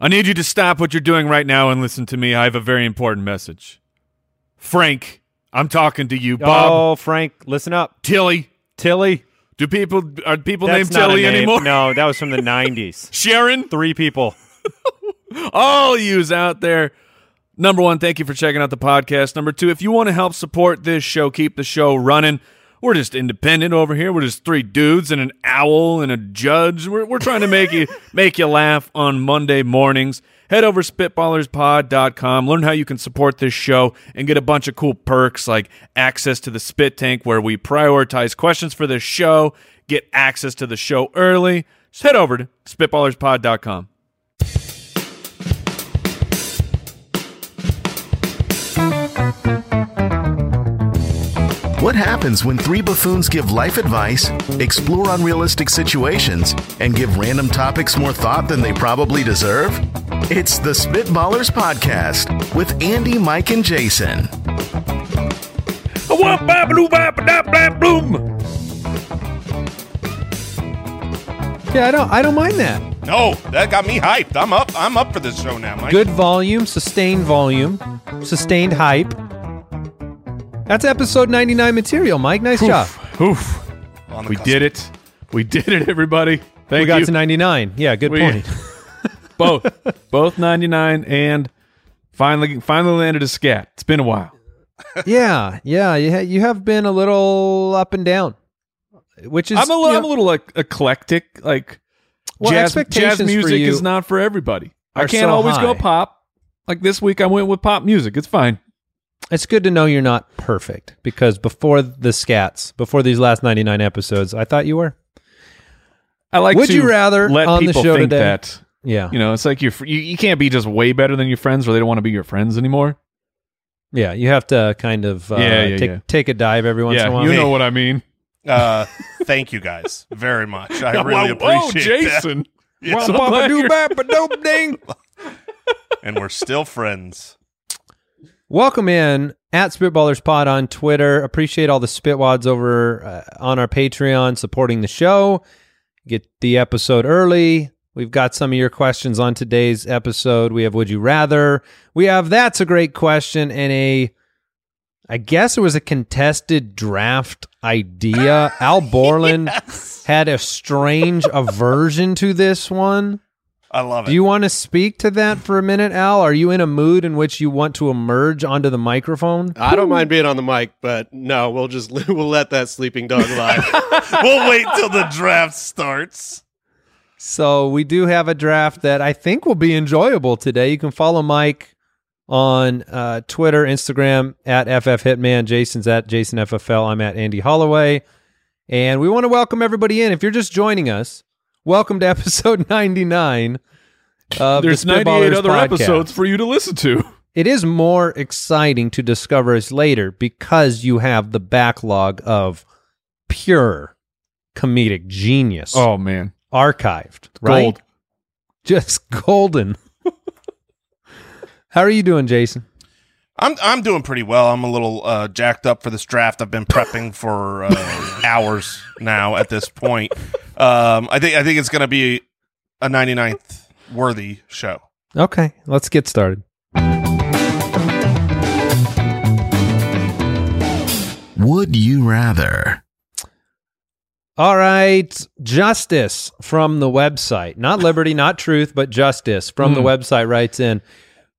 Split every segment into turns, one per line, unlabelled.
I need you to stop what you're doing right now and listen to me. I have a very important message. Frank, I'm talking to you. Bob,
Oh, Frank, listen up.
Tilly.
Tilly.
Do people are people
That's
named
not a
Tilly
name.
anymore?
No, that was from the 90s.
Sharon,
Three people.
all yous out there. Number one, thank you for checking out the podcast. Number two, if you want to help support this show, keep the show running. We're just independent over here. We're just three dudes and an owl and a judge. We're, we're trying to make you make you laugh on Monday mornings. Head over to spitballerspod.com. Learn how you can support this show and get a bunch of cool perks like access to the spit tank where we prioritize questions for this show, get access to the show early. Just head over to spitballerspod.com.
What happens when three buffoons give life advice, explore unrealistic situations, and give random topics more thought than they probably deserve? It's the Spitballers Podcast with Andy, Mike, and Jason.
Bloom.
Yeah, I don't I don't mind that.
No, that got me hyped. I'm up. I'm up for this show now, Mike.
Good volume, sustained volume, sustained hype. That's episode 99 material, Mike. Nice job.
Oof.
On the
We
cusp.
did it. We did it, everybody. Thank
we got
you.
to 99. Yeah, good
We-
point.
both. both 99 and finally finally landed a scat. It's been a while.
yeah, yeah. You, ha- you have been a little up and down, which is
I'm a little,
you
I'm a
know,
little like eclectic. Like
Well,
jazz, jazz
expectations for
music
you
is not for everybody. I
are
can't
so
always go
high.
pop. Like this week, I went with pop music. It's fine.
It's good to know you're not perfect because before the scats, before these last 99 episodes, I thought you were.
I like.
Would
to
you rather
let
on the
people
show
think
today?
that?
Yeah.
You know, it's like you're, fr- you you can't be just way better than your friends, or they don't want to be your friends anymore.
yeah, you have to kind of uh,
Yeah, yeah,
take,
yeah.
take a dive every once in a
yeah,
while.
you know what I mean.
Uh, thank you guys very much. I really
Whoa, whoa,
appreciate that.
Jason.
Yeah.
Well, Papa do bap a dope ding.
And we're still friends.
Welcome in at Spitballers Pod on Twitter. Appreciate all the spitwads over uh, on our Patreon supporting the show. Get the episode early. We've got some of your questions on today's episode. We have Would You Rather? We have That's a Great Question and a, I guess it was a contested draft idea. Al Borland had a strange aversion to this one.
I love it.
Do you want to speak to that for a minute, Al? Are you in a mood in which you want to emerge onto the microphone?
I don't mind being on the mic, but no, we'll just we'll let that sleeping dog lie.
we'll wait till the draft starts.
So we do have a draft that I think will be enjoyable today. You can follow Mike on uh, Twitter, Instagram at FF Hitman. Jason's at JasonFFL. I'm at Andy Holloway. And we want to welcome everybody in. If you're just joining us, welcome to episode 99 of
There's
the Spitballers
98 other
podcast.
episodes for you to listen to.
it is more exciting to discover us later because you have the backlog of pure comedic genius
Oh man,
archived, right?
Gold.
Just golden. How are you doing, Jason?
I'm I'm doing pretty well. I'm a little uh, jacked up for this draft. I've been prepping for uh, hours now at this point. Um, I think I think it's going to be a 99th worthy show.
Okay, let's get started.
Would you rather?
All right, Justice from the website, not Liberty, not Truth, but Justice from the
Hmm.
website writes in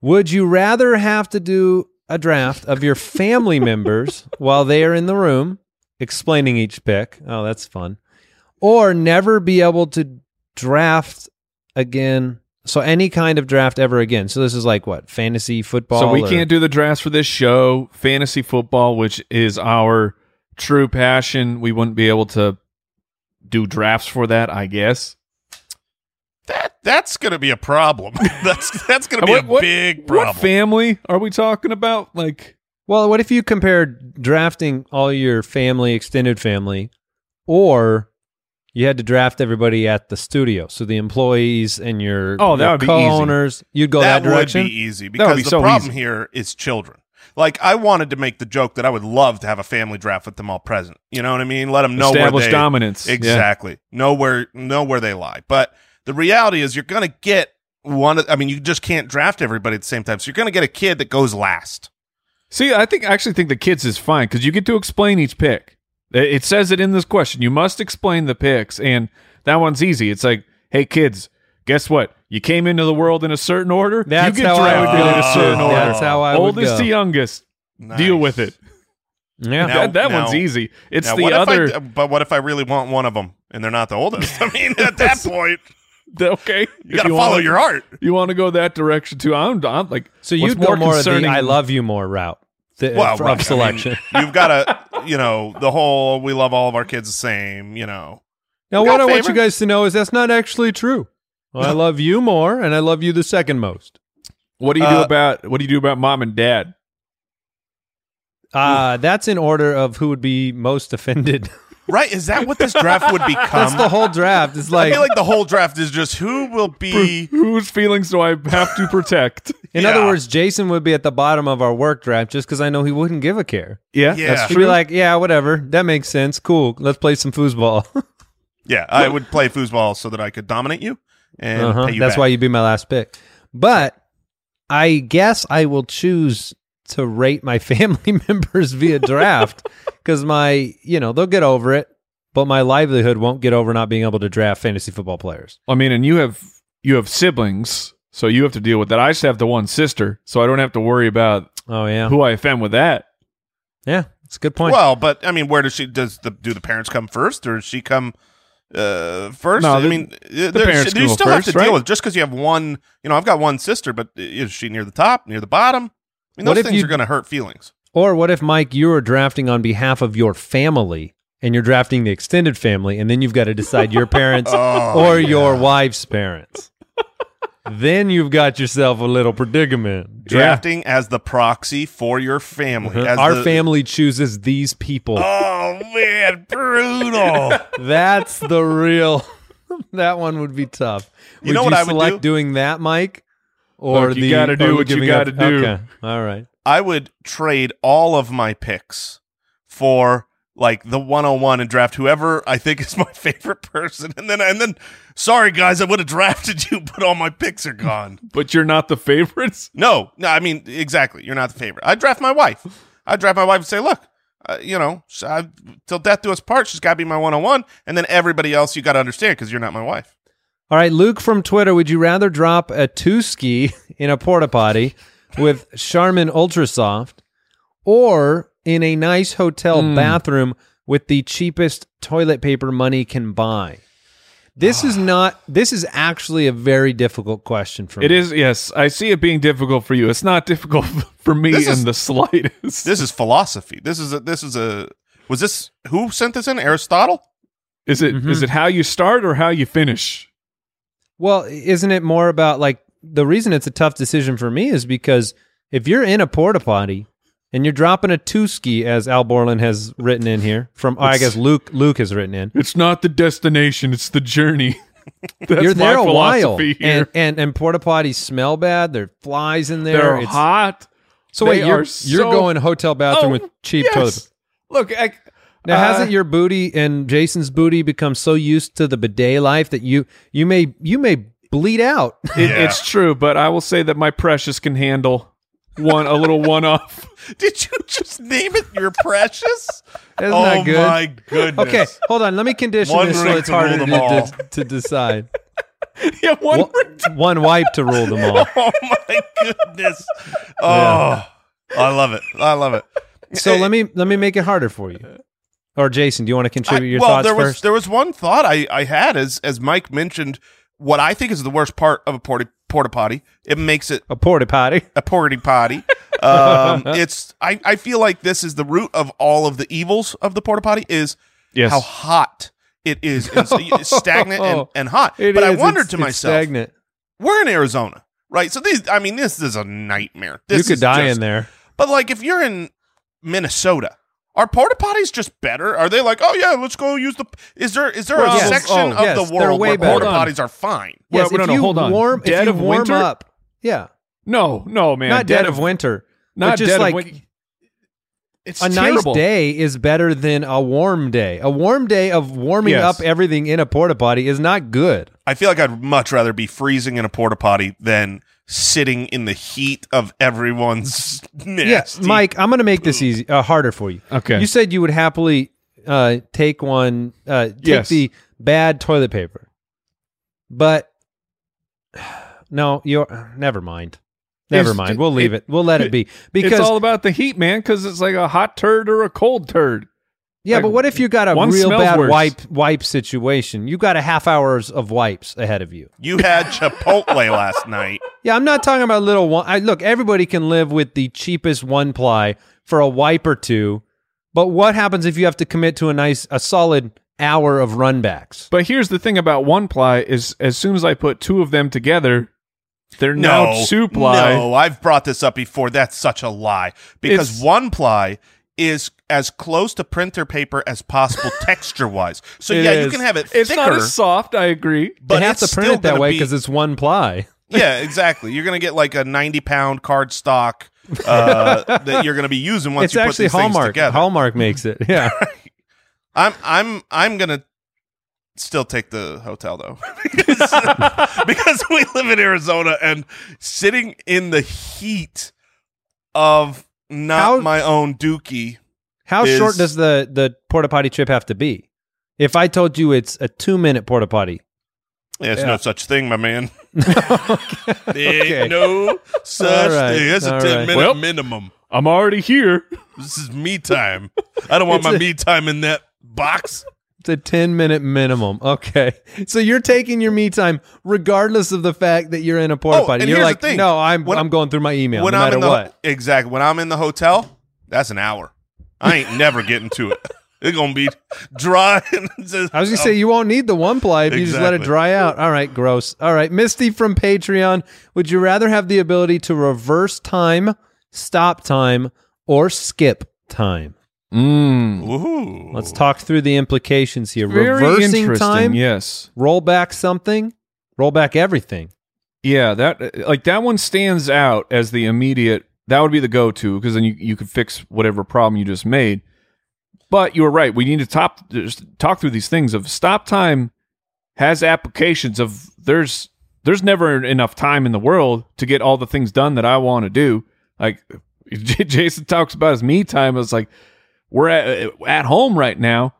Would you rather have to do a draft of your family members while they are in the room, explaining each pick? Oh, that's fun. Or never be able to draft again. So, any kind of draft ever again. So, this is like what? Fantasy football?
so we
or-
can't do the drafts for this show. Fantasy football, which is our true passion, we wouldn't be able to do drafts for that. I guess.
That that's going to be a problem. That's that's going to be
Uh, What-
a
what-
big
What
problem.
family are we talking about? Like,
Well, what if you compared drafting all your family, extended family, or you had to draft everybody at the studio, so the employees and your
Oh, that
your
would be easy.
co-owners, you'd go that, direction.
would be easy
That would
because
be
the
so
problem
easy.
here is children. Like I wanted to make the joke that I would love to have a family draft with them all present. You know what I mean? Let them know where
established
Oh, they
dominance. Yeah.
exactly know where know where they lie. But the reality is, you're going to get one. of- I mean, you just can't draft everybody at the same time. So you're going to get a kid that goes last.
See, I think I actually think the kids is fine because you get to explain each pick. It it says it in this question. You must explain the picks, and that one's easy. It's like, hey, kids, guess what? You came into the world in a certain order.
That's
you get
how I would
drafted in
do it
a
too.
certain order.
That's how I would
Oldest
go.
to youngest. Deal with it.
Yeah.
Now-
that that
now-
one's easy. It's
Now,
the
what
other.
If I, but what if I really want one of them and they're not the oldest? I mean, at that point,
the- okay,
you got to follow your heart.
You want to go that direction too? I'm, I'm like,
So
what's
you'd go more of the
concerning-
I love you more route th-
Well,
of
right, I mean,
uh, selection.
You've got to, you know, the whole we love all of our kids the same, you know.
now,
You got
what I want you
favorites?
guys to know is that's not actually true. I love you more, and I love you the second most.
What do you do
Uh,
about what do you do about mom and dad? Hmm.
Uh, that's in order of who would be most offended.
Right? Is that what this draft would become?
that's the whole draft. It's
Um, I
like,
feel like the whole draft is just who will be.
Whose feelings do I have to protect?
in
yeah.
other words, Jason would be at the bottom of our work draft just because I know he wouldn't give a care.
yeah,
Yeah.
that's
He'd
true.
be like, yeah, whatever. That makes sense. Cool. Let's play some foosball.
Yeah, I would play foosball so that I could dominate you and
Uh-huh.
pay you
That's
back.
why you'd be my last pick. But I guess I will choose to rate my family members via draft because my, you know, they'll get over it, but my livelihood won't get over not being able to draft fantasy football players.
I mean, and you have you have siblings, so you have to deal with that. I just have the one sister, so I don't have to worry about
Oh, yeah.
who I offend with that.
Yeah. It's a good point.
Well, but I mean, where does she does the do the parents come first, or does she come uh, first?
No,
I
the-
mean, the
parents
you
go
still have to
first, right?
deal with just because you have one. You know, I've got one sister, but uh, is she near the top, near the bottom? I mean,
What
those
if
things
you-
are going to hurt feelings.
or what if, Mike, you were drafting on behalf of your family and you're drafting the extended family, and then you've got to decide your parents
Oh,
or
yeah.
your wife's parents? then you've got yourself a little predicament.
drafting as the proxy for your family. as
Uh-huh. Our
the-
family chooses these people.
Oh man, brutal.
That's the real. that one would be tough.
You know what I would
select
do?
doing that, Mike? Or
Look, you
the
gotta do
or
what you
giving up-
gotta do.
Okay. All right.
I would trade all of my picks for like the 101 and draft whoever I think is my favorite person. And then and then sorry guys, I would have drafted you, but all my picks are gone.
But you're not the favorites.
No, no, I mean exactly. You're not the favorite. I draft my wife. I draft my wife and say, look, uh, you know, sh- I, till death do us part, she's got to be my 101. And then everybody else, you got to understand because you're not my wife.
All right, Luke from Twitter. Would you rather drop a two ski in a porta potty with Charmin Ultrasoft, or in a nice hotel
Hmm.
bathroom with the cheapest toilet paper money can buy? This
Ah.
is not. This is actually a very difficult question for me.
It is yes. I see it being difficult for you. It's not difficult for me
This
in
is-
the slightest.
This is philosophy. This is a, this is a, was this, who sent this in? Aristotle?
Is it is
Mhm.
it how you start or how you finish?
Well, isn't it more about like the reason it's a tough decision for me is because if you're in a porta potty and you're dropping a two ski, as Al Borland has written in here, from or I guess Luke Luke has written in,
It's not the destination; it's the journey. That's
you're there
my
a while,
philosophy here.
and and and porta potties smell bad. There are flies in there.
They're
It's-
hot.
So wait,
They
you're,
are
you're
so-
going hotel bathroom
Oh,
with cheap
yes.
toilet paper.
Look, I,
Now,
uh,
hasn't your booty and Jason's booty become so used to the bidet life that you you may you may bleed out?
It,
Yeah.
It's true, but I will say that my precious can handle one a little one off.
Did you just name it your precious?
Isn't
oh
that good?
my goodness.
Okay, hold on. Let me condition
One
this so
ring
it's
to rule
harder to,
them all.
to, to decide.
yeah, one.
One, one wipe to rule them all.
Oh my goodness. Oh, I love it. I love it.
So let me let me make it harder for you. Or Jason, do you want to contribute your
well,
thoughts
there was
first?
there was one thought I I had as as Mike mentioned what I think is the worst part of a porta porta potty. It makes it
a porta potty.
a porta potty. Um, it's I I feel like this is the root of all of the evils of the porta potty is
Yes.
how hot it is and so it's stagnant and, and hot.
It
but I
is,
wondered
it's-
to
it's
myself,
stagnant.
we're in Arizona, right? So these, I mean, this is a nightmare. This
you could
is
die
just-
in there.
But like, if you're in Minnesota, are porta potties just better? Are they like, oh yeah, let's go use the? Is there is there
Well,
a
yes.
section
Oh,
of
yes,
the
they're
world
way
where
better.
porta
Hold on.
potties are fine?
Well,
yes,
no,
if
no,
you
hold on.
warm, if
Dead
you
of
warm
winter?
up, yeah,
No, no, man.
not dead of winter,
Not
but just
dead
like
of win- It's
a
terrible.
nice day is better than a warm day. A warm day of warming
Yes.
up everything in a porta potty is not good.
I feel like I'd much rather be freezing in a porta potty than sitting in the heat of everyone's
Yes,
nasty.
Mike, I'm going to make this easy, uh, harder for you.
Mm. Okay.
You said you would happily uh, take one, uh, take
Yes.
the bad toilet paper, but no, you're never mind. Never
It's-
mind. We'll leave it. We'll let it be because
it's all about the heat, man, because it's like a hot turd or a cold turd.
yeah. But what if you got a
One
real
smells
bad
worse.
wipe wipe situation? You got a half hours of wipes ahead of you.
You had Chipotle last night.
Yeah, I'm not talking about little one. I, look, everybody can live with the cheapest one ply for a wipe or two, but what happens if you have to commit to a nice, a solid hour of runbacks?
But here's the thing about one ply is as soon as I put two of them together, they're now two ply.
No, I've brought this up before. That's such a lie because
It's-
one ply is as close to printer paper as possible texture wise. So
It
yeah, you
is-
can have it thicker.
It's not as soft. I agree.
but
they have
it's
to print
still
it that
gonna
way
be-
because it's one ply.
yeah, exactly. You're gonna get like a 90 pound card stock uh, that you're gonna be using once
it's
you put
actually
these things
Hallmark.
together.
Hallmark makes it. Yeah.
I'm I'm I'm gonna still take the hotel though because, because we live in Arizona and sitting in the heat of not
How-
my own dookie.
How
Is-
short does the the porta potty trip have to be? If I told you it's a two minute porta potty,
There's
Yeah.
no such thing, my man. There's
Okay.
no such
All right,
thing. That's a
all
10
right.
minute
Well-
minimum.
I'm already here.
This is me time. I don't want
It's
my
a-
me time in that box.
It's a 10 minute minimum. Okay. So you're taking your me time regardless of the fact that you're in a porta
Oh,
potty.
and
You're
here's
like,
the thing.
no, I'm,
When-
I'm going through my email
when
no
I'm
matter
in the
what.
exactly when I'm in the hotel, that's an hour. I ain't never getting to it. It's gonna be dry. And just,
I was going to say, you won't need the one ply if you just let
Oh.
it
Exactly.
dry out. All right. Gross. All right. Misty from Patreon. Would you rather have the ability to reverse time, stop time, or skip time?
Mm,
um, Ooh.
Let's talk through the implications here.
very
Reversing
interesting.
time,
Yes.
roll back something, roll back everything.
Yeah, that like that one stands out as the immediate. That would be the go-to because then you you could fix whatever problem you just made. But you were right. We need to top just talk through these things. Of stop time has applications of there's there's never enough time in the world to get all the things done that I want to do. Like J- Jason talks about his me time. It's like we're at, at home right now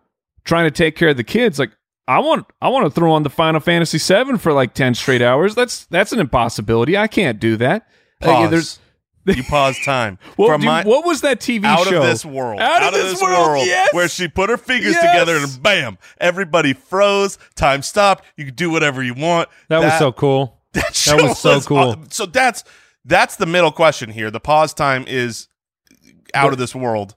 trying to take care of the kids. Like I want I want to throw on the Final Fantasy VII for like ten straight hours. That's that's an impossibility. I can't do that. Like,
pause.
there's-
you pause time
what,
from
do-
my
what was that TV
out
show?
of this world,
Out of this world, yes!
where she put her fingers
Yes!
together and bam, everybody froze. Time stopped. You could do whatever you want.
That, was so cool.
That,
That
show
was so cool.
aw- So that's that's the middle question here. The pause time is out of this world.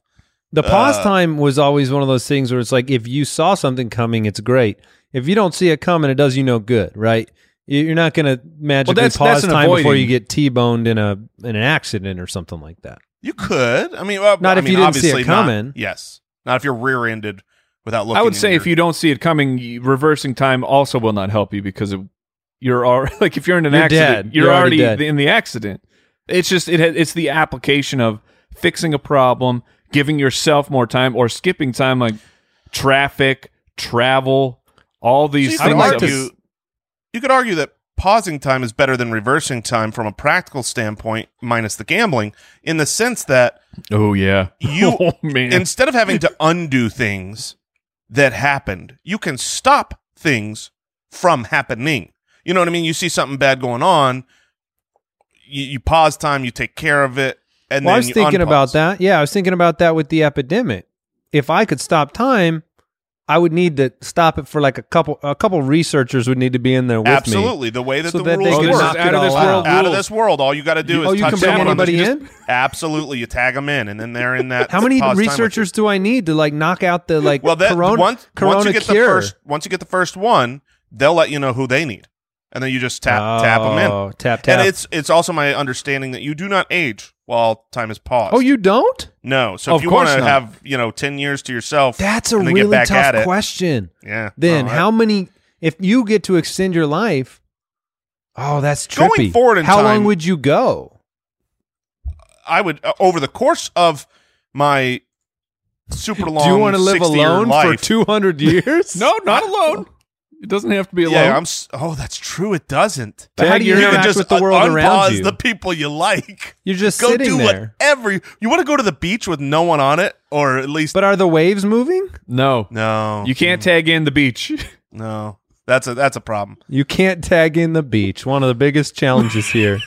The pause
Uh,
time was always one of those things where it's like if you saw something coming, it's great. If you don't see it coming, it does you no good, right? You- You're not going to magically
that's-
pause
that's an
time before
avoiding.
you get t-boned in a in an accident or something like that.
You could. I mean, well,
Not
I
if you
mean,
didn't see it
obviously not.
coming.
yes, not if you're rear-ended without looking.
I would
in
say
your-
if you don't see it coming, y- reversing time also will not help you because it, you're already like if you're in an
You're
accident,
dead.
you're,
You're already
already,
dead.
in the accident. It's just it ha- it's the application of fixing a problem, giving yourself more time, or skipping time like traffic, travel, all
So
these
you could
things.
like to-
argue. You could argue that pausing time is better than reversing time from a practical standpoint, minus the gambling, in the sense that
oh yeah,
You-
oh, man.
instead of having to undo things that happened, you can stop things from happening. You know what I mean? You see something bad going on, you, you pause time, you take care of it, and
well,
then
I was
you
thinking
unpause.
about that. Yeah, I was thinking about that with the epidemic. If I could stop time, I would need to stop it for like a couple a couple researchers would need to be in there with me.
Absolutely, the way that
So
the
that they
rules
could
this is
work.
knock it
out of this
all out.
world.
out of
rules.
this world. All you got to do is
Oh, you
touch
can bring
down on
anybody
them.
in?
Absolutely, you tag them in, and then they're in that.
How many
pause time with you.
researchers do I need to like knock out the like
Well, that
corona,
once
corona
once you get
cure?
the first once you get the first one, they'll let you know who they need, and then you just tap tap them in.
Oh, Tap tap.
And it's it's also my understanding that you do not age while time is paused.
oh, you don't?
no. So
Of
if you want
course
to
not.
have you know ten years to yourself,
That's a
and then get
really
back at
tough
it.
question.
yeah.
Then
Oh,
how many? If you get to extend your life, oh, that's
Going
trippy.
forward in
how long
time-
would you go?
I would uh, over the course of my super long.
Do you want to live
60 year
alone for
life-
two hundred years?
no, not alone. It doesn't have to be alone.
Yeah, I'm. s- Oh, that's true. It doesn't.
But how do you
can
interact with the
un-
world around
unpause
you?
the people you like.
You're just
Go
sitting
do
there.
whatever. You, you want to go to the beach with no one on it, or at least
But are the waves moving?
no,
no.
you can't tag in the beach.
no. That's a that's a problem.
You can't tag in the beach. One of the biggest challenges here.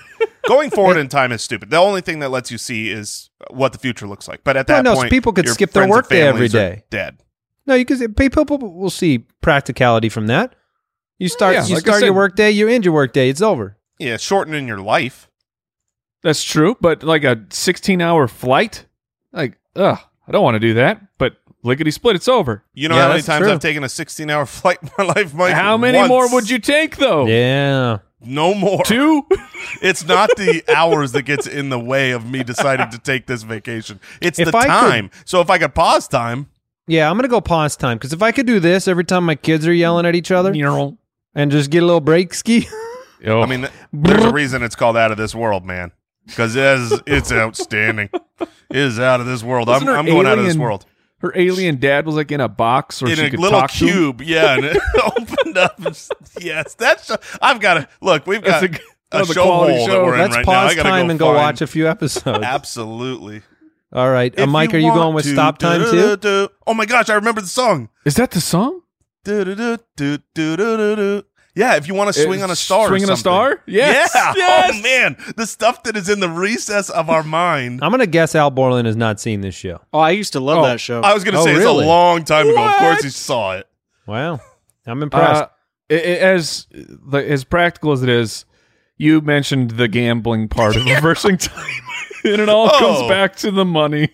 Going forward in time is stupid. The only thing that lets you see is what the future looks like. But at
Well,
that
no, so
point,
people could
your
skip their
friends and
workday every
families are
day.
Dead.
no, you can people will see practicality from that. You start
Yeah,
you
like I
start your
said-
workday, you end your workday, it's over.
Yeah, shortening your life.
That's true, but like a 16 hour flight, like, ugh, I don't want to do that. But lickety split, it's over.
You know
Yeah,
how many
that's
times
true.
I've taken a 16 hour flight in my life, Mike?
How many
Once.
more would you take though?
Yeah.
No more.
Two.
It's not the hours that gets in the way of me deciding to take this vacation. It's
If
the
I could-
time. so if I could pause time,
Yeah, I'm gonna go pause time because if I could do this every time my kids are yelling at each other
Yo.
and just get a little break ski,
I mean, th- there's a reason it's called out of this world, man. Because it is- it's outstanding. It is out of this world. I'm,
Wasn't her
I'm going out of this
alien
world.
her alien dad was like in a box, or
In
she
a
could
little
talk to. him.
cube, yeah, and it opened up. Yes, that's. I've got to look. We've got
That's
a,
a- that was a
show
quality
hole that
show.
we're in
let's
right now. I
pause
gotta
time
go
and go
find-
watch a few episodes.
Absolutely.
All right, uh,
If
Mike, are you
want
going with
to,
stop time too?
du-du-du-du. Oh my gosh, I remember the song.
Is that the song?
Du-du-du-du-du-du-du. Yeah, if you want to swing on a
It's
star, or
Swing on a
something.
star? Yes.
Yeah.
Yes.
Oh man, the stuff that is in the recess of our mind.
I'm gonna guess Al Borland has not seen this show.
Oh, I used to love
Oh,
that show.
I was going to
Oh,
say it's
really?
a long time ago. Of course,
What?
he saw it.
Wow, I'm impressed.
Uh, i- i- as the- as practical as it is, you mentioned the gambling part of reversing time, and it all
Oh.
comes back to the money.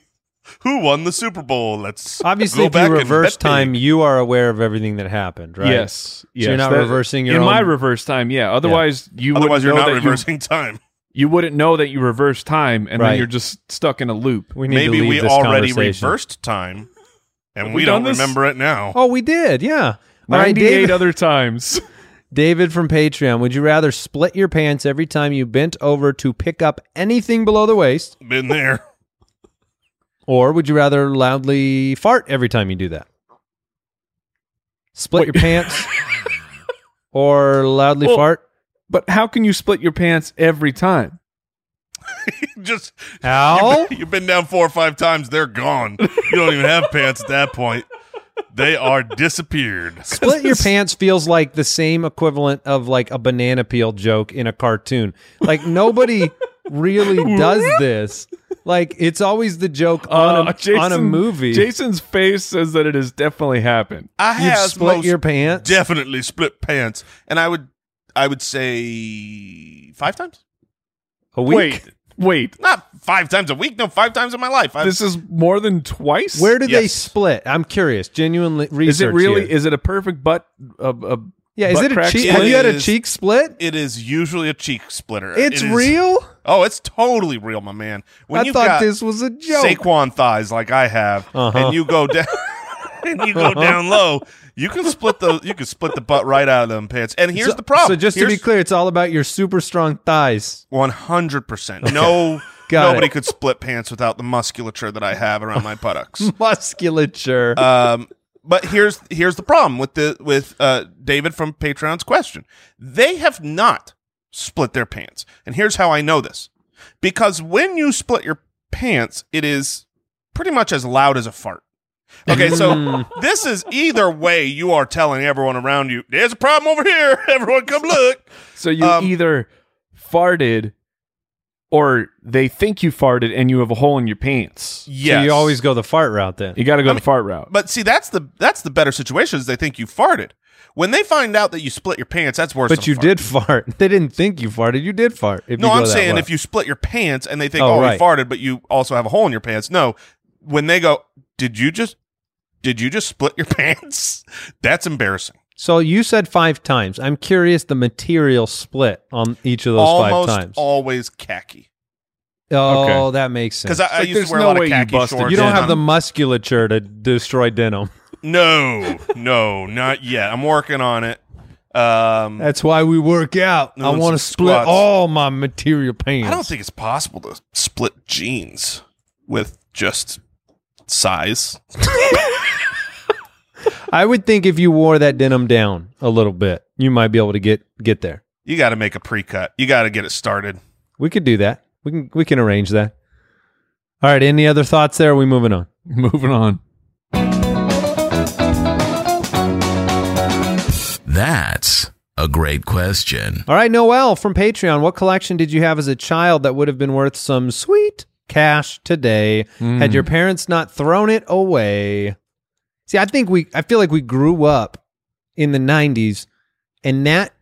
Who won the Super Bowl? Let's
Obviously,
go
if
back
you
and
reverse
bet big.
time, you are aware of everything that happened, right?
Yes. yes.
you're not reversing your
in my
own-
reverse time. Yeah. Otherwise, you wouldn't
Otherwise, you're
know
not
that you-
reversing time.
You, wouldn't know that you reverse time, and
Right.
then you're just stuck in a loop.
We need
Maybe
to leave
we
this
already
conversation.
reversed time, and
Have
we,
we
don't
done this?
remember it now.
Oh, we did. Yeah. All right,
Ninety-eight
David,
other times.
David from Patreon. Would you rather split your pants every time you bent over to pick up anything below the waist,
Been there.
or would you rather loudly fart every time you do that? Split your pants, or loudly
Well,
fart.
But how can you split your pants every time?
Just
Al,
You've been down four or five times. They're gone. You don't even have pants at that point. They are disappeared.
split your pants feels like the same equivalent of like a banana peel joke in a cartoon. Like nobody really does this. Like it's always the joke on,
Uh,
a, on a movie.
Jason's face says that it has definitely happened.
I
You've
have
split
most
your pants.
definitely split pants, and I would, I would say five times.
a week.
Wait, wait.
Not five times a week. No, five times in my life. I've,
This is more than twice.
Where do they
Yes.
split? I'm curious. Genuinely research.
is it really?
here.
Is it a perfect butt? A, a
yeah, is
butt
it a
crack
cheek?
split?
Have you had a
is-
cheek split?
it is usually a cheek splitter.
It's
It is-
real?
Oh, it's totally real, my man. When
I
you've
thought
got
this was a joke.
Saquon thighs like I have,
Uh-huh.
and you go down. and you go down low, you can split the you can split the butt right out of them pants. And here's
So-
the problem.
So just to be clear, it's all about your super strong thighs.
one hundred percent. No,
Got
nobody
it.
could split pants without the musculature that I have around my buttocks.
Musculature.
um, but here's here's the problem with the with uh, David from Patreon's question. They have not split their pants, and here's how I know this: because when you split your pants, it is pretty much as loud as a fart. Okay, so
Hmm.
this is either way you are telling everyone around you, there's a problem over here. Everyone come look.
So you
Um,
either farted, or they think you farted, and you have a hole in your pants.
Yes.
So you always go the fart route then.
You got to go the fart route.
But see, that's the that's the better situation is they think you farted. When they find out that you split your pants, that's worse.
But
than
you
farting.
did fart. They didn't think you farted. You did fart. If
No,
you go
I'm
that
saying
way.
if you split your pants and they think,
Oh,
"Oh,
right.
he farted," but you also have a hole in your pants. No, when they go, "Did you just did you just split your pants?" That's embarrassing.
So you said five times. I'm curious the material split on each of those
Almost
five times.
always khaki
oh,
Okay.
that makes sense.
because I, I
Like,
used
there's
to wear
no
a lot
way
of
you
khaki
busted
shorts.
you don't
and
have the
I'm-
musculature to destroy denim.
no, no, not yet. I'm working on it. Um,
That's why we work out.
Doing
I want to
some
split
squats.
all my material pants.
I don't think it's possible to split jeans with just size.
I would think if you wore that denim down a little bit, you might be able to get get there.
You got to make a pre-cut. You got to get it started.
We could do that. We can we can arrange that. All right. Any other thoughts there? Are we moving on?
Moving on.
That's a great question.
All right, Noel from Patreon. What collection did you have as a child that would have been worth some sweet cash today
Mm,
had your parents not thrown it away? See, I think we I feel like we grew up in the 90s and that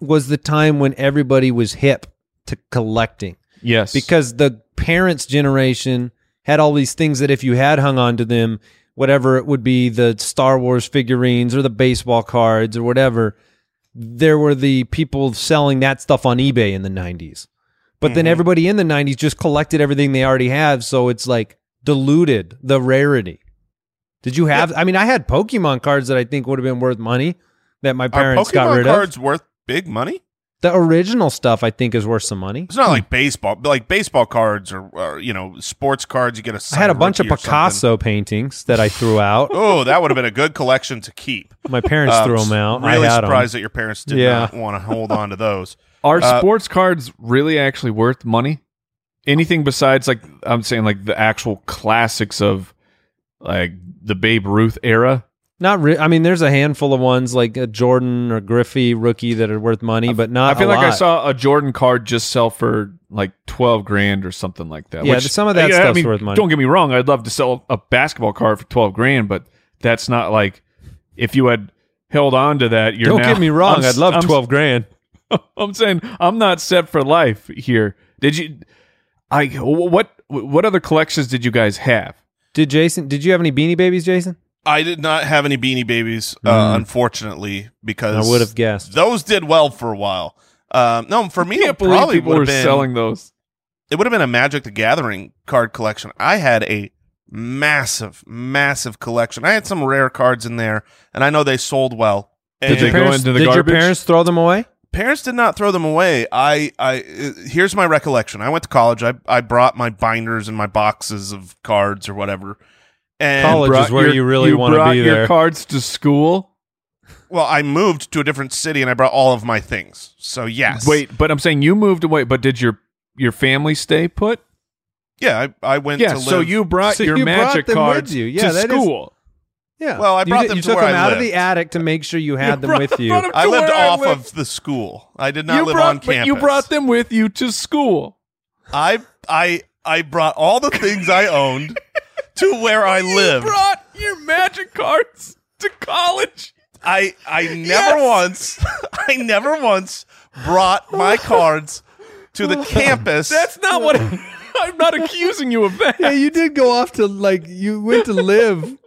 was the time when everybody was hip to collecting
Yes.
because the parents' generation had all these things that if you had hung on to them, whatever it would be the Star Wars figurines or the baseball cards or whatever, there were the people selling that stuff on eBay in the 90s. But
Mm-hmm.
then everybody in the 90s just collected everything they already have. So it's like diluted the rarity. Did you have? I mean, I had Pokemon cards that I think would have been worth money that my
Are
parents got
Pokemon
rid
cards
of.
worth big money?
The original stuff I think is worth some money.
It's not like baseball, but like baseball cards or, or you know sports cards. You get a.
I had a
signed
bunch of
rookie or something.
Picasso paintings that I threw out.
Oh, that would have been a good collection to keep.
My parents
Um,
threw them out.
Really
I had 'em.
surprised that your parents did
Yeah.
not want to hold on to those.
Are
Uh,
sports cards really actually worth money? Anything besides like I'm saying like the actual classics of like the Babe Ruth era?
Not. Re- I mean, there's a handful of ones like a Jordan or Griffey rookie that are worth money, but not.
I feel
a
like I
lot.
saw a Jordan card just sell for like twelve grand or something like that.
Yeah,
which-
some of that
yeah, I
stuff's
mean,
worth money.
Don't get me wrong, I'd love to sell a basketball card for twelve grand, but that's not like if you had held on to that. You're
Don't
now-
get me wrong.
I'm
i
s-
would love
I'm s-
twelve grand.
I'm saying I'm not set for life here. Did you? I what what other collections did you guys have?
Did Jason? Did you have any Beanie Babies, Jason?
I did not have any Beanie Babies, uh, unfortunately, because
Mm. I would have guessed.
those did well for a while. Um, no, for me, it
can't believe
probably
people
would
were
have been.
selling those.
it would have been a Magic the Gathering card collection. I had a massive, massive collection. I had some rare cards in there, and I know they sold well.
Did
And
they go
parents,
into the
did
garbage?
your parents throw them away?
parents did not throw them away. I, I, uh, here's my recollection. I went to college. I, I brought my binders and my boxes of cards or whatever. And
College is where you really wanna
brought
be
Your
there.
cards to school.
well, I moved to a different city and I brought all of my things. So yes,
Wait, but I'm saying you moved away. But did your your family stay put?
yeah, I, I went.
Yeah.
to live,
So you brought
So
your
you brought
magic
them with
cards
you. Yeah,
to
that is-
school.
Yeah.
Well, I
You
brought
did-
them
You
to
took
where
them
I
out of
lived.
the attic to make sure you had them
brought-
with you.
brought 'em
I
to
lived
where I
off
lived.
of the school. I did not
you
live
brought,
on campus.
But you brought them with you to school.
I I I brought all the things I owned to where I lived.
You brought your magic cards to college.
I I never once I never once brought my cards to the campus.
That's not what. I'm not accusing you of that.
you did go off to like you went to live.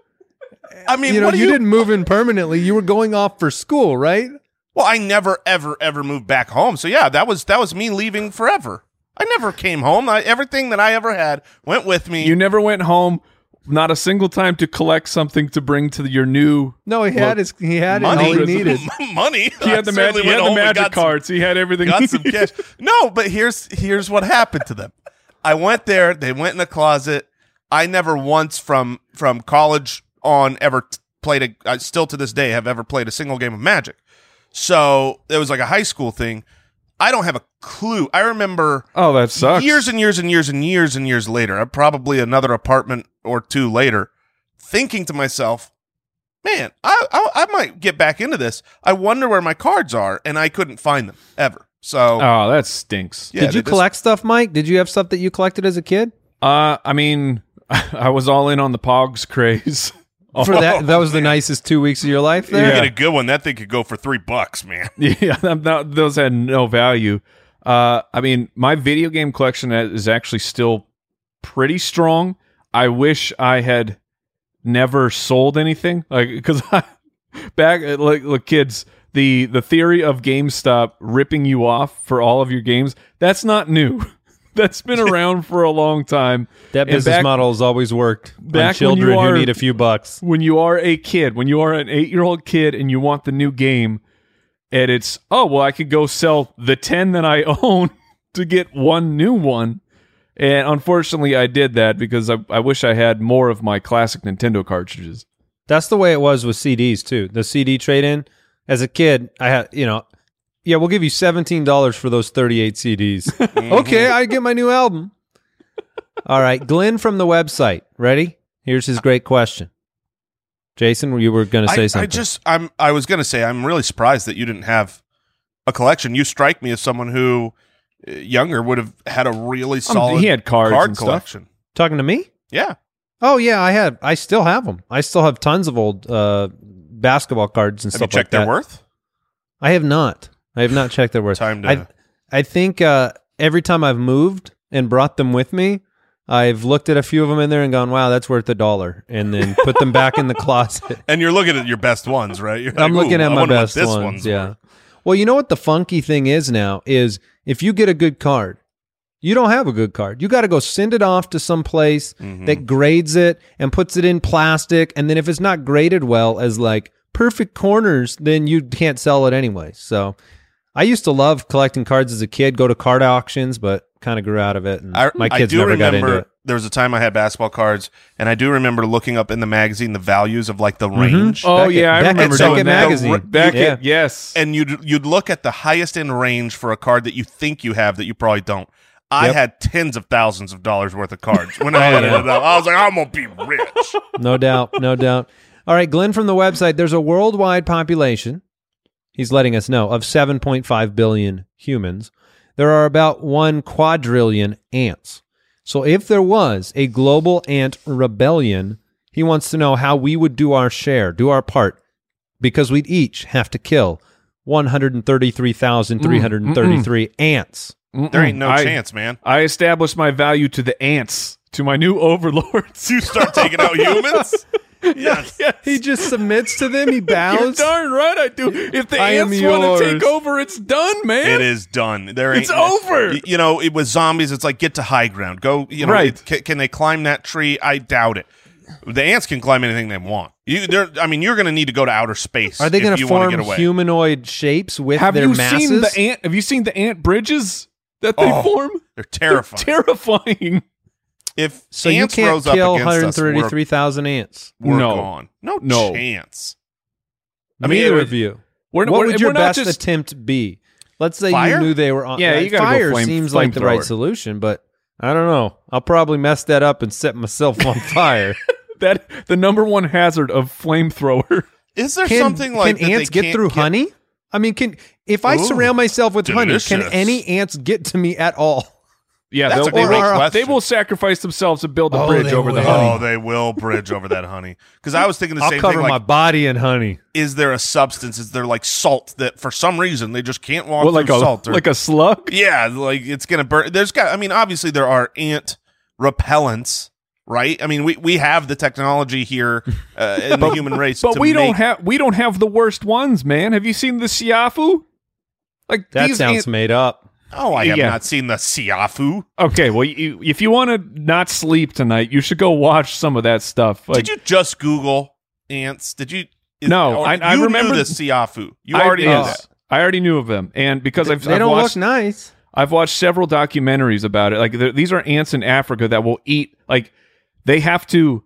I mean, what do you,
move in permanently. You were going off for school, right?
Well, I never ever ever moved back home. So yeah, that was that was me leaving forever. I never came home. I, everything that I ever had went with me.
You never went home, not a single time to collect something to bring to your new.
No, he had his. He had
money,
all he needed.
money.
He had the, mag- he had the magic
cards.
cards. he had everything.
got
he
some
needed.
cash. No, but here's here's what happened to them. I went there. They went in the closet. I never once from from college on ever t- played a. I still to this day have ever played a single game of Magic. So it was like a high school thing. I don't have a clue. I remember
Oh, that sucks.
years and years and years and years and years later, uh, probably another apartment or two later, thinking to myself, "Man, I, I I might get back into this. I wonder where my cards are, and I couldn't find them ever." So
Oh, that stinks.
yeah,
Did you
they just-
collect stuff, Mike? Did you have stuff that you collected as a kid?
Uh, I mean, I was all in on the Pogs craze.
For that,
Oh,
that was the nicest two weeks of your life
You
there.
get a good one. That thing could go for three bucks, man.
yeah, I'm not- those had no value. Uh, I mean, my video game collection is actually still pretty strong. I wish I had never sold anything, like because I back like look, kids, the the theory of GameStop ripping you off for all of your games that's not new. That's been around for a long time.
That
And
business
back-
model has always worked on
back when
children
you
who
are-
need a few bucks.
when you are a kid, when you are an eight year old kid and you want the new game, and it's, oh, well, I could go sell the 10 that I own to get one new one. And unfortunately, I did that because I, I wish I had more of my classic Nintendo cartridges.
That's the way it was with CDs too. The CD trade in. As a kid, I had you know, yeah, we'll give you seventeen dollars for those thirty eight CDs. okay, I get my new album. All right, Glenn from the website. Ready? Here's his great question. Jason, you were going to say
I,
something.
I just I'm I was gonna say I'm really surprised that you didn't have a collection. You strike me as someone who uh, younger would have had a
Um,
really solid
he had cards
card
and stuff.
collection.
talking to me.
Yeah,
Oh yeah, I had. I still have them. I still have tons of old uh, basketball cards and
have you
stuff
checked
like that.
their worth?
I have not. I have not checked their worth.
Time to-
I, I think uh, every time I've moved and brought them with me, I've looked at a few of them in there and gone, "Wow, that's worth a dollar," and then put them back in the closet.
And you're looking at your best ones, right? You're
I'm
like,
looking
"Ooh,
at
I
my
wonder what
best
this
ones.
one's
yeah.
worth."
Well, you know what the funky thing is now is if you get a good card, you don't have a good card. You got to go send it off to some place
Mm-hmm.
that grades it and puts it in plastic, and then if it's not graded well as like perfect corners, then you can't sell it anyway. So, I used to love collecting cards as a kid, go to card auctions, but kind of grew out of it, and
I,
my
I
kids
do
never got
remember
into it.
there was a time I had basketball cards, and I do remember looking up in the magazine the values of like the
Mm-hmm.
range.
Oh
Beckett-
yeah, I
Beckett-
remember doing
Beckett
that.
magazine.
The- Beckett, yes.
and you'd you'd look at the highest end range for a card that you think you have that you probably don't. I had tens of thousands of dollars worth of cards when I
Oh,
had it up. I was like, I'm gonna be rich.
no doubt, no doubt. All right, Glenn from the website. There's a worldwide population. He's letting us know of 7.5 billion humans. There are about one quadrillion ants. So if there was a global ant rebellion, he wants to know how we would do our share, do our part, because we'd each have to kill
Mm,
133,333 ants.
There ain't no
Hmm,
I-
chance, man.
I established my value to the ants, to my new overlords.
You start taking out humans. Yes.
He just submits to them. He
You're
bows.
darn right I do. If the
I am
ants want to
yours.
take over, it's done, man.
It is done. There ain't
It's over.
y- You know, it was zombies. It's like get to high ground. Go. You know,
Right.
it- ca- can they climb that tree? I doubt it. The ants can climb anything they want. You, they're, I mean, you're going to need to go to outer space.
Are they
going to
form
get away.
humanoid shapes with
Have
their
you
masses?
seen the ant? Have you seen the ant bridges that they
Oh,
form?
They're
They're
terrifying.
terrifying.
if
so you
ants
can't
rose up
kill
against us, we're-
133,000 ants.
we're
No.
gone. No,
No.
chance.
I
I
mean,
mean,
Neither
it-
of you.
We're,
what
we're,
would your
we're not
best
just
attempt be? Let's say
Fire?
you knew they were on.
Yeah, you gotta go
fire
flame-
seems like the right
flamethrower.
solution, but I don't know. I'll probably mess that up and set myself on fire.
that the number one hazard of flamethrower.
Is there
can
something like
can
that
ants
they
get
can't
through honey? I mean, can if I
Ooh,
surround myself with honey,
delicious.
can any ants get to me at all?
Yeah,
That's
they'll-
a great
they will-
question.
They will sacrifice themselves to build a
Oh,
bridge
they
over the
will.
honey.
Oh, they will bridge over that honey. Because I was thinking the
I'll
same
cover
thing. Like,
my body in honey.
is there a substance? Is there like salt that for some reason they just can't walk
What, like
through
a
salt? Or,
like a slug?
yeah, like it's gonna burn. There's got. I mean, obviously there are ant repellents, right? I mean, we we have the technology here uh, in the human race,
But
to
we don't
make-
have we don't have the worst ones, man. Have you seen the Siafu? Like
That
these
sounds
ant-
made up.
Oh, I have
Yeah.
not seen the siafu.
okay. Well, you, if you want to not sleep tonight, you should go watch some of that stuff. Like,
Did you just Google ants? Did you? is-
No,
or-
I- I
you
remember-
knew the siafu. You
I-
already
yes.
knew that.
I already knew of them, and because I've,
they
I've
don't
watched,
look nice.
I've watched several documentaries about it. Like th- these are ants in Africa that will eat. Like they have to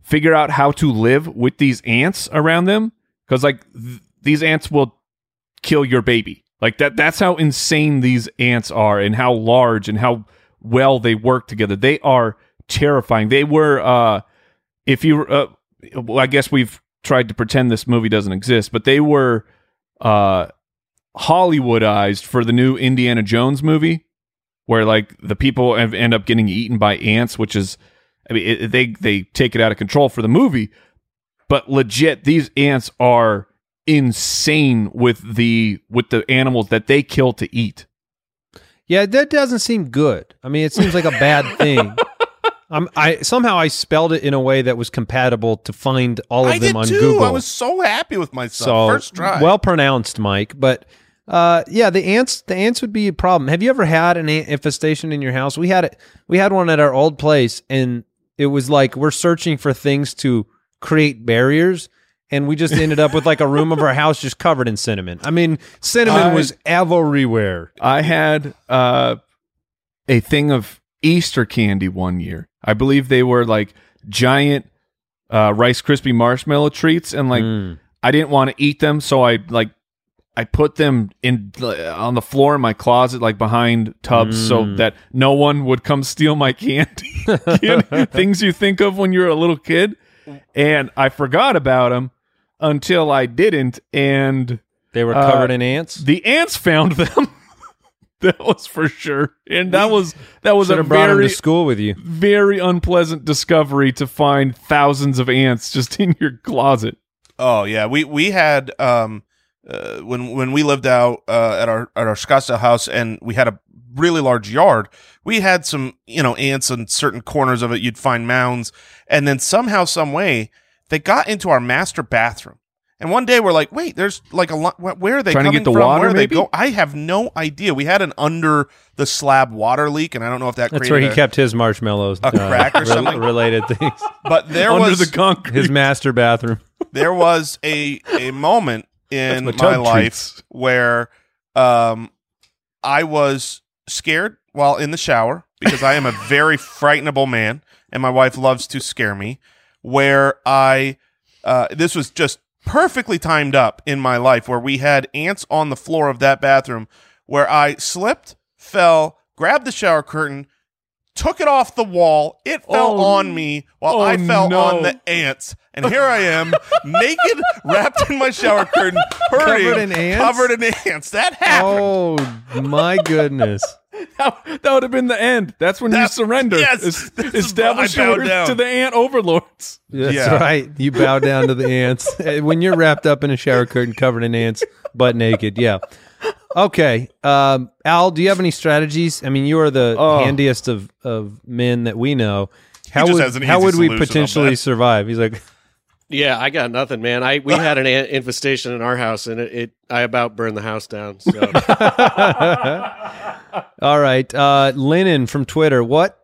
figure out how to live with these ants around them because like th- these ants will kill your baby. Like that. That's how insane these ants are, and how large and how well they work together. They are terrifying. They were. uh If you, uh, well, I guess we've tried to pretend this movie doesn't exist, but they were. uh Hollywoodized for the new Indiana Jones movie, where like the people have, end up getting eaten by ants, which is, I mean, it, they they take it out of control for the movie, but legit, these ants are insane with the with the animals that they kill to eat.
Yeah, that doesn't seem good. I mean, it seems like a bad thing. Um, I somehow I spelled it in a way that was compatible to find all of
I
them
did
on
too.
Google.
I was so happy with myself.
so
First try.
well pronounced, Mike. But uh, yeah, the ants the ants would be a problem. Have you ever had an ant infestation in your house? We had it. We had one at our old place, and it was like we're searching for things to create barriers. And we just ended up with like a room of our house just covered in cinnamon. I mean, cinnamon
I-
was everywhere.
I had uh, a thing of Easter candy one year. I believe they were like giant uh, Rice Krispie marshmallow treats, and like
Mm.
I didn't want to eat them, so I like I put them in uh, on the floor in my closet, like behind tubs,
Mm.
so that no one would come steal my candy. You know, Things you think of when you're a little kid, and I forgot about them until I didn't, and
They were
Uh,
covered in ants.
the ants found them. that was for sure, and that was that was
Should
a
have brought them
very
to school with you.
very unpleasant discovery to find thousands of ants just in your closet.
Oh yeah, we we had um uh, when when we lived out uh, at our at our Scottsdale house and we had a really large yard. We had some you know ants in certain corners of it. You'd find mounds, and then somehow some way they got into our master bathroom. And one day we're like, wait, there's like a lot. Where are they
Trying to
coming
get the
from?
water,
where are
maybe?
they go? I have no idea. We had an under the slab water leak, and I don't know if that
That's
created
where he
a-
kept his marshmallows. uh,
a crack or
rel-
something?
related things.
But there
under
was
the concrete.
His master bathroom.
there was a a moment in
my
my,
tug
life
treats.
where um I was scared while in the shower because I am a very frightenable man and my wife loves to scare me where I uh this was just perfectly timed up in my life where we had ants on the floor of that bathroom where I slipped, fell, grabbed the shower curtain, took it off the wall. It fell
Oh,
on me while
oh,
I fell
no.
on the ants. And here I am, naked, wrapped in my shower curtain, hurrying,
Covered in ants?
Covered in ants. That happened.
Oh my goodness!
That, that would have been the end. That's when you
That-
surrender.
yes,
Es-
this is-
establish
I bowed
yours
down.
to the ant overlords.
That's
Yeah.
right. You bow down to the ants Eh, when you're wrapped up in a shower curtain, covered in ants, butt naked. Yeah. Okay, um, Al, do you have any strategies? I mean, you are the
Oh.
handiest of, of men that we know. How
just
would
has an
how
easy
would we
solution, I'll
potentially
bet.
survive? He's like,
Yeah, I got nothing, man. I we had an ant infestation in our house, and it, it I about burned the house down. So
all right, uh, Lennon from Twitter. What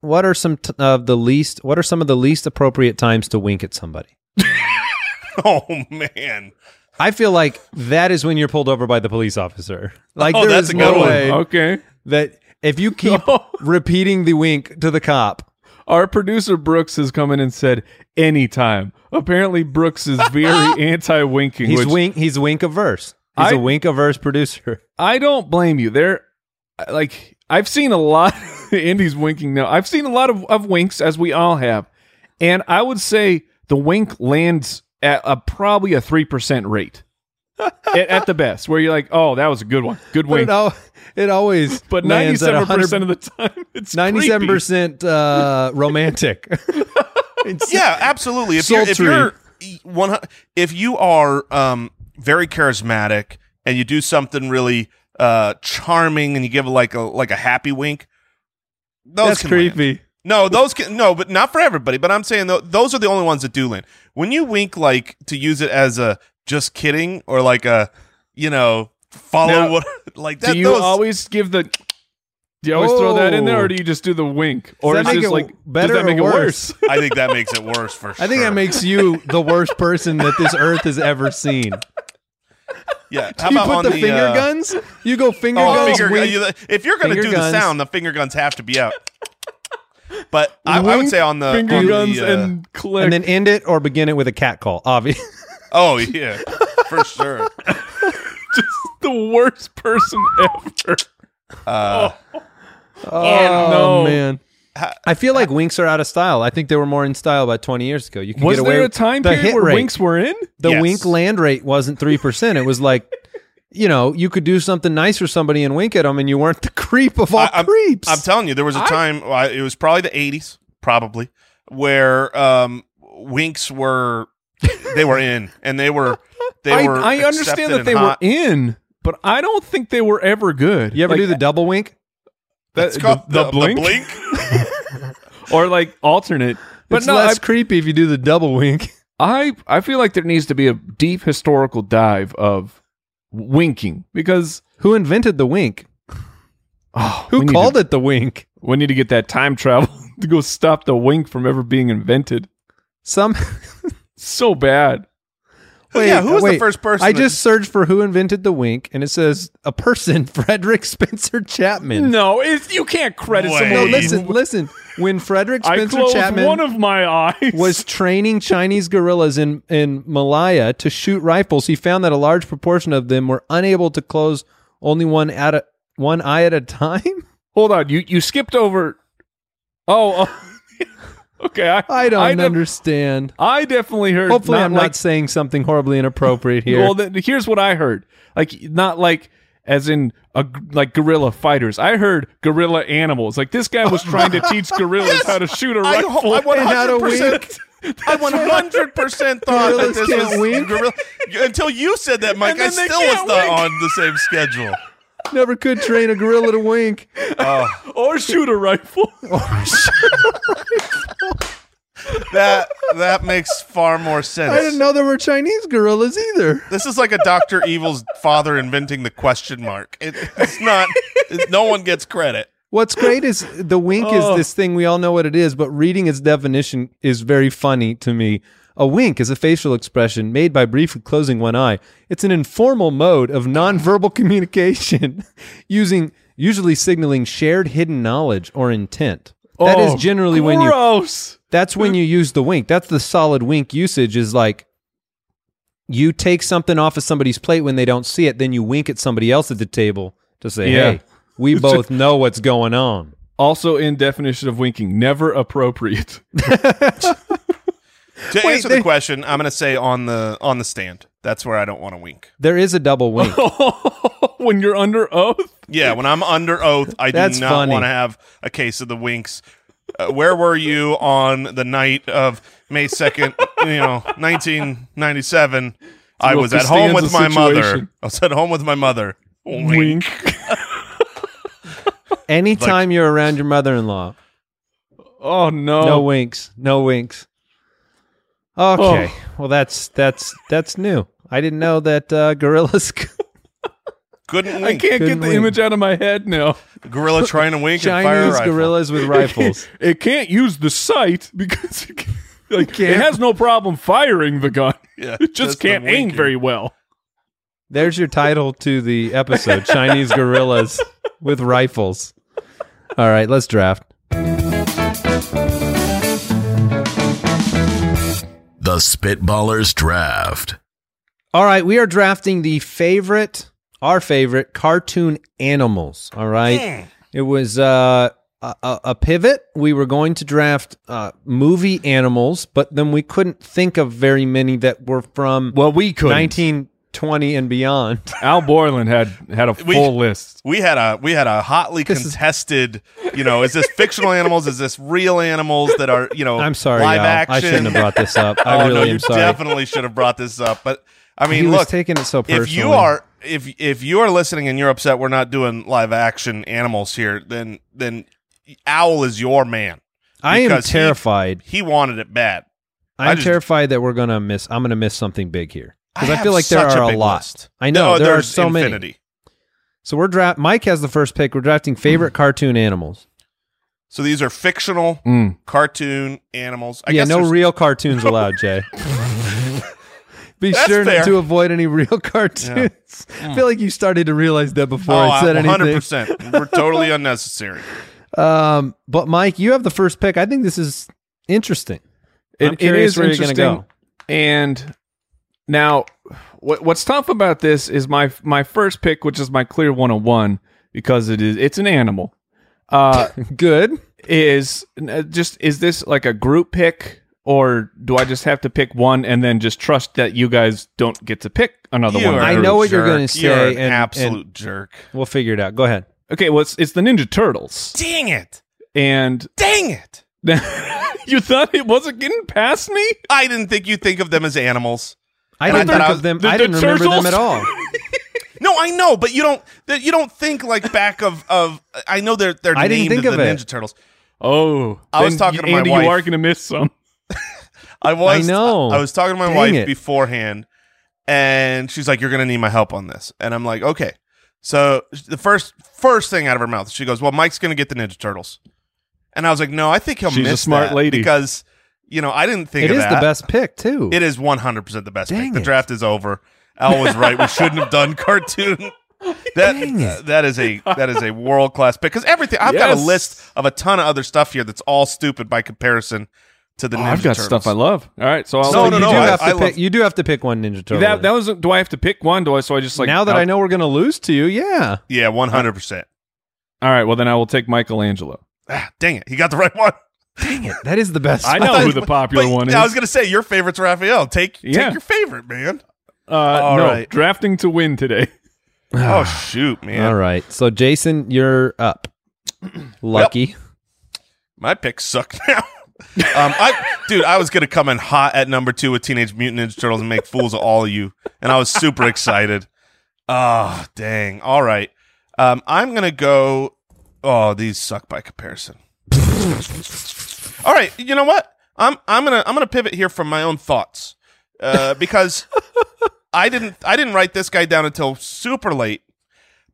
what are some t- of the least? What are some of the least appropriate times to wink at somebody?
Oh, man.
I feel like that is when you're pulled over by the police officer. Like
Oh,
there
that's
is
a
no
good one.
way
Okay.
that if you keep repeating the wink to the cop,
Our producer Brooks has come in and said anytime. Apparently, Brooks is very anti-winking.
he's
which
wink he's wink averse. He's
I-
a wink averse producer.
I don't blame you. There, like I've seen a lot. Andy's winking now. I've seen a lot of, of winks, as we all have, and I would say the wink lands at a probably a three percent rate, at, at the best. Where you're like, oh, that was a good one, good
But
wink.
it, al- it always
But
lands
ninety-seven
at 100
percent of the time, it's
ninety-seven percent uh, romantic. It's-
Yeah, absolutely. If you're, if
Sultry.
you're one, hu- if you are um, very charismatic and you do something really uh, charming and you give like a like a happy wink, those
that's
can land.
creepy.
No, those can no, but not for everybody. But I'm saying tho- those are the only ones that do land. When you wink, like to use it as a just kidding or like a you know follow
Now,
what like that.
Do you
those,
always give the? Do you always throw that in there, or do you just do the wink, or
Oh.
is
Does that make
this
it
like
better
does that
or
make it
worse?
worse?
I think that makes it worse for sure.
I think that makes you the worst person that this earth has ever seen.
yeah. How
you
about
put
on
the,
the,
finger
uh,
guns. You go finger
Oh,
guns.
finger,
wink.
you- if you're gonna
Finger
do
guns.
the sound, the finger guns have to be out. But I, I would
Wink,
say on the
finger
on the,
guns
uh,
and click.
and then end it or begin it with a cat call. Obvious.
oh yeah, for sure.
the worst person ever.
Uh,
Oh, no.
man. I feel like winks are out of style. I think they were more in style about 20 years ago. You could
Was
get away
there a
with-
time
the
period
hit
where
rate,
winks were in?
the
Yes.
wink land rate wasn't 3%. It was like you know, you could do something nice for somebody and wink at them and you weren't the creep of all
I- I'm-
creeps.
I'm telling you, there was a time. well, it was probably the '80s, probably, where um, winks were they were in, and they were they
I,
were.
I understand
accepted
that
and
they
hot.
were in, but I don't think they were ever good.
you ever
Like,
do the double wink?
that-
It's called
the, the blink, or like alternate? But
it's
no, I,
less creepy if you do the double wink.
I I feel like there needs to be a deep historical dive of winking because
Who invented the wink?
oh,
Who
we need
called
to,
it the wink?
We need to get that time travel to go stop the wink from ever being invented.
Some
So bad.
Wait,
yeah, who was
wait.
the first person?
I
that-
just searched for who invented the wink, and it says a person, Frederick Spencer Chapman.
No, it's, you can't credit
Wait.
someone.
No,
with-
listen, listen. when Frederick
I
Spencer
closed
Chapman
one of my eyes.
was training Chinese guerrillas in, in Malaya to shoot rifles, he found that a large proportion of them were unable to close only one at a, one eye at a time.
Hold on, you you skipped over. Oh, oh. okay. I,
I don't
def-
understand.
I definitely heard.
Hopefully, I'm not
like-
saying something horribly inappropriate here.
Well, then, here's what I heard. Like not like as in a, g- like gorilla fighters. I heard gorilla animals. Like this guy was trying to teach gorillas how to shoot a
I,
rifle.
ho- I
And how to
100%. I 100% thought
Gorillas
that this was
can't wink?
gorilla- until you said that, Mike. I
then they
still was
can't
not
wink.
on the same schedule.
Never could train a gorilla to wink.
or shoot a rifle.
That that makes far more sense.
I didn't know there were Chinese gorillas either.
This is like a Doctor Evil's father inventing the question mark. It, it's not. it- no one gets credit.
What's great is the wink is this thing we all know what it is, but reading its definition is very funny to me. A wink is a facial expression made by briefly closing one eye. It's an informal mode of nonverbal communication, using usually signaling shared hidden knowledge or intent. That is
Oh,
generally when you
gross.
That's when you use the wink. That's the solid wink usage is like you take something off of somebody's plate when they don't see it, then you wink at somebody else at the table to say,
Yeah.
"Hey, we both know what's going on."
Also, in definition of winking, never appropriate.
To
Wait,
answer
they-
the question, I'm going to say on the on the stand. That's where I don't want to wink.
There is a double wink.
when you're under oath,
Yeah, when I'm under oath, I
That's
do not
funny.
want to have a case of the winks. Uh, where were you on the night of May 2nd, you know, 1997? I
little
was at home with my
Costanza situation.
mother. I was at home with my mother. Wink.
Anytime you're around your mother-in-law,
Oh no.
no winks, no winks. Okay.
Oh.
Well, that's that's that's new. I didn't know that uh, gorillas c-
Couldn't
I
wink.
can't
Couldn't
get the
wink.
image out of my head now.
Gorilla trying to wink and fire a
Chinese
rifle.
gorillas with rifles.
It can't use the sight because it, can- like,
can't.
it has no problem firing the gun.
Yeah,
It just
just the
can't aim
winking.
very well.
There's your title to the episode Chinese Gorillas with Rifles. All right, let's draft.
The Spitballers Draft.
All right, we are drafting the favorite, our favorite cartoon animals. All right. It was uh, a, a a pivot. We were going to draft uh, movie animals, but then we couldn't think of very many that were from
Well, we could.
1920 and beyond.
Al Borland had had a
We-
full list.
We had a we had a hotly
is-
contested, you know, is this fictional animals? Is this real animals that are, you know,
I'm sorry.
live
Al.
action?
I shouldn't have brought this up. I
oh
really
no, you
am sorry.
definitely should have brought this up. But I mean,
he
look,
was taking it so personally.
if you are if if you are listening and you're upset we're not doing live action animals here, then then Owl is your man.
I am
because he-
terrified.
He wanted it bad. I
I'm
just-
terrified that we're gonna miss. I'm gonna miss something big here because
I
I, feel
have
like there
such a
are a,
big
lot.
list.
I know
No,
there are
there's
so
infinity. Hmm.
many. So we're draft. Mike has the first pick. We're drafting favorite cartoon animals.
So these are fictional
Mm.
cartoon animals. I
yeah,
guess
no
there's-
real cartoons allowed, Jay. Be
That's
sure
fair. Hmm.
to avoid any real cartoons. I feel like you started to realize that before
Oh,
I said anything.
100%. We're totally unnecessary.
Um, but Mike, you have the first pick. I think this is interesting.
It,
I'm curious where you're gonna go.
And now, what, what's tough about this is my my first pick, which is my clear 101, because it is it's an animal. Uh,
Good.
is uh, just is this like a group pick, or do I just have to pick one and then just trust that you guys don't get to pick another
You
one?
are
I
a
know what you're
jerk.
gonna
You're
say
an
and-
absolute jerk.
We'll figure it out. Go ahead.
Okay, well, it's, it's the Ninja Turtles,
Dang it.
and
Dang it.
you thought it wasn't getting past me.
I didn't think you'd think of them as animals.
I
And I
didn't
thought
think
I
of
was-
them.
the-
I
the
didn't remember them
turtles?
at all.
No, I know, but you don't that you don't think like back of of I know they're they're
I didn't
named
think
the
of it.
Ninja Turtles.
Oh,
I was
then
talking to my
Andy,
wife.
You are going to miss some.
I was
I know.
I, was talking to my
Dang
wife
it.
beforehand and she's like you're going to need my help on this. And I'm like, "Okay." So the first first thing out of her mouth, she goes, "Well, Mike's going to get the Ninja Turtles." And I was like, "No, I think he'll
She's a
miss
smart
that
lady.
because you know, I didn't think
It
of
is
that.
the best pick too.
It is 100% the best
Dang
pick. The
it.
draft is over. Al was right. We shouldn't have done cartoon That that is a that is a world class pick because everything I've got a
Yes.
list of a ton of other stuff here that's all stupid by comparison to the.
Oh,
Ninja
I've got
Turtles.
stuff I love. All right, so I'll
No,
So
Oh, no,
you
no,
Do
I-
have to
I
pick,
love-
you do have to pick one Ninja Turtle.
that, that was. Do I have to pick one? Do I? So I just like
now that
I'll-
I know we're going to lose to you, yeah.
Yeah, one hundred percent.
All right, well then I will take Michelangelo.
Dang it, he got the right one.
That is the best.
I
one.
know
thought-
who the popular
but-
one is.
I was gonna say your favorite's Raphael. Take
Yeah.
take your favorite, man.
uh,
All
no,
right.
drafting to win today. Ah.
oh shoot, man.
All right. So Jason, you're up. Lucky.
My picks suck now. um, I, dude, I was gonna come in hot at number two with Teenage Mutant Ninja Turtles and make fools of all of you, and I was super excited. Oh, dang! All right, um, I'm gonna go. Oh, these suck by comparison. all right, you know what? I'm I'm gonna I'm gonna pivot here from my own thoughts uh, because I didn't I didn't write this guy down until super late.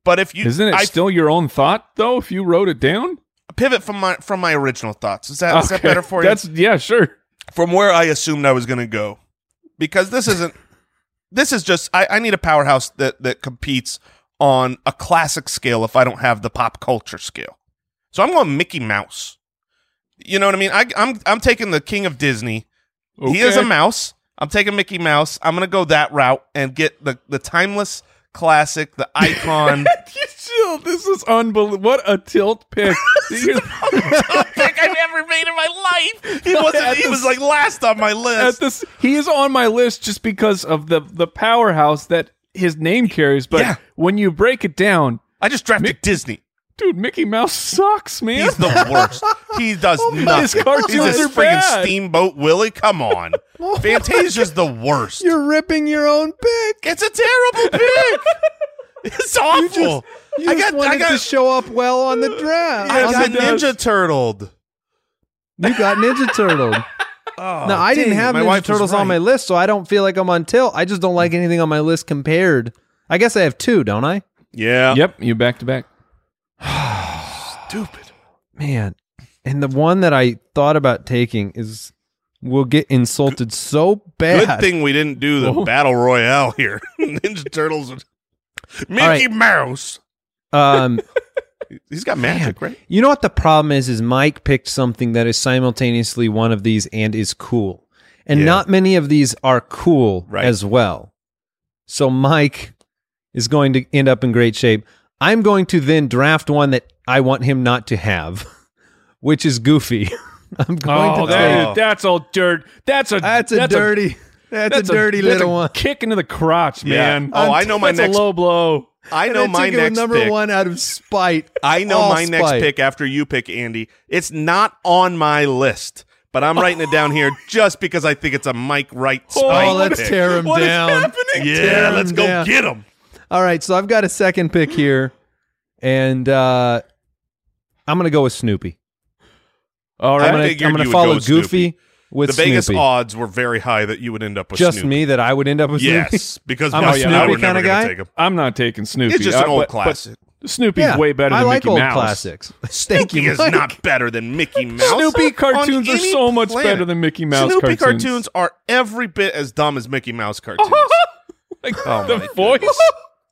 But if you
Isn't it
I
still your own thought though? If you wrote it down,
pivot from my from my original thoughts, is that is that
Okay.
better for you?
That's yeah, sure.
from where I assumed I was going to go, because this isn't. This is just. I, I need a powerhouse that that competes on a classic scale. If I don't have the pop culture scale, so I'm going Mickey Mouse. You know what I mean? I, I'm I'm taking the King of Disney. He is a
Okay.
mouse. I'm taking Mickey Mouse. I'm going to go that route and get the the timeless classic, the icon.
You chill. This is unbelievable. What a tilt pick. You're-
pick I've ever made in my life. He wasn't. He was like last on my
at
list.
this, he is on my list just because of the the powerhouse that his name carries. But
Yeah.
when you break it down,
I just drafted Disney.
dude, Mickey Mouse sucks, man.
He's the worst. He does nothing.
his cartoons
He's
are
this
bad.
Steamboat Willie. Come on, Fantasia's the worst.
You're ripping your own pick.
it's a terrible pick. It's awful. I got, I got,
show up well on the draft.
I got
Yes, it does.
Ninja Turtled.
You got Ninja Turtle.
Oh,
No, I didn't
dang,
have
my
Ninja
wife was
Turtles on my
right.
list, so I don't feel like I'm on tilt. I just don't like anything on my list compared. I guess I have two, don't I?
Yeah,
Yep, you back to back.
stupid.
Man. And the one that I thought about taking is will get insulted so
Good
bad.
thing we didn't do the battle royale here. Ninja Turtles, and Mickey
right.
Mouse.
Um
He's got magic, right?
you know what the problem is is Mike picked something that is simultaneously one of these and is cool. And
Yeah.
not many of these are cool
Right.
as well. So Mike is going to end up in great shape. I'm going to then draft one that I want him not to have, which is Goofy. I'm going
Oh,
to
that
take
is-
Oh.
that's all dirt. That's a
That's a dirty that's, a dirty
that's
little
a
one.
Kick into the crotch,
Yeah.
man.
Oh, I know my
that's
next-
a low blow.
I
And
know
I
my
took it with
next
number
pick.
one out of spite.
I know
All
my next
spite.
pick after you pick, Andy. It's not on my list, but I'm writing it down here just because I think it's a Mike Wright spike.
Oh, let's
pick.
tear him
What is
down.
happening?
Yeah, let's go
down.
get him.
All right, so I've got a second pick here, and uh, I'm going to go with Snoopy.
All
I
I'm
right.
going
figured you
to
would
follow
go with Snoopy.
Goofy with
The Vegas
Snoopy.
odds were very high that you would end up with
Just
Snoopy.
me that I would end up with Snoopy.
Yes, because
I'm
my
a
and I
Snoopy
were never gonna
kinda guy. uh,
take him.
I'm not taking Snoopy.
It's just
I-
an old
but- but
classic.
Snoopy's
Yeah,
way better than
I like
Mickey
old
Mouse.
classics. Thank
Snoopy
you,
is
Mike.
not better than Mickey Mouse.
Snoopy
on
cartoons are
any
so much
planet.
better than Mickey Mouse
Snoopy
cartoons.
are every bit as dumb as Mickey Mouse cartoons.
like
Oh, my
the voice.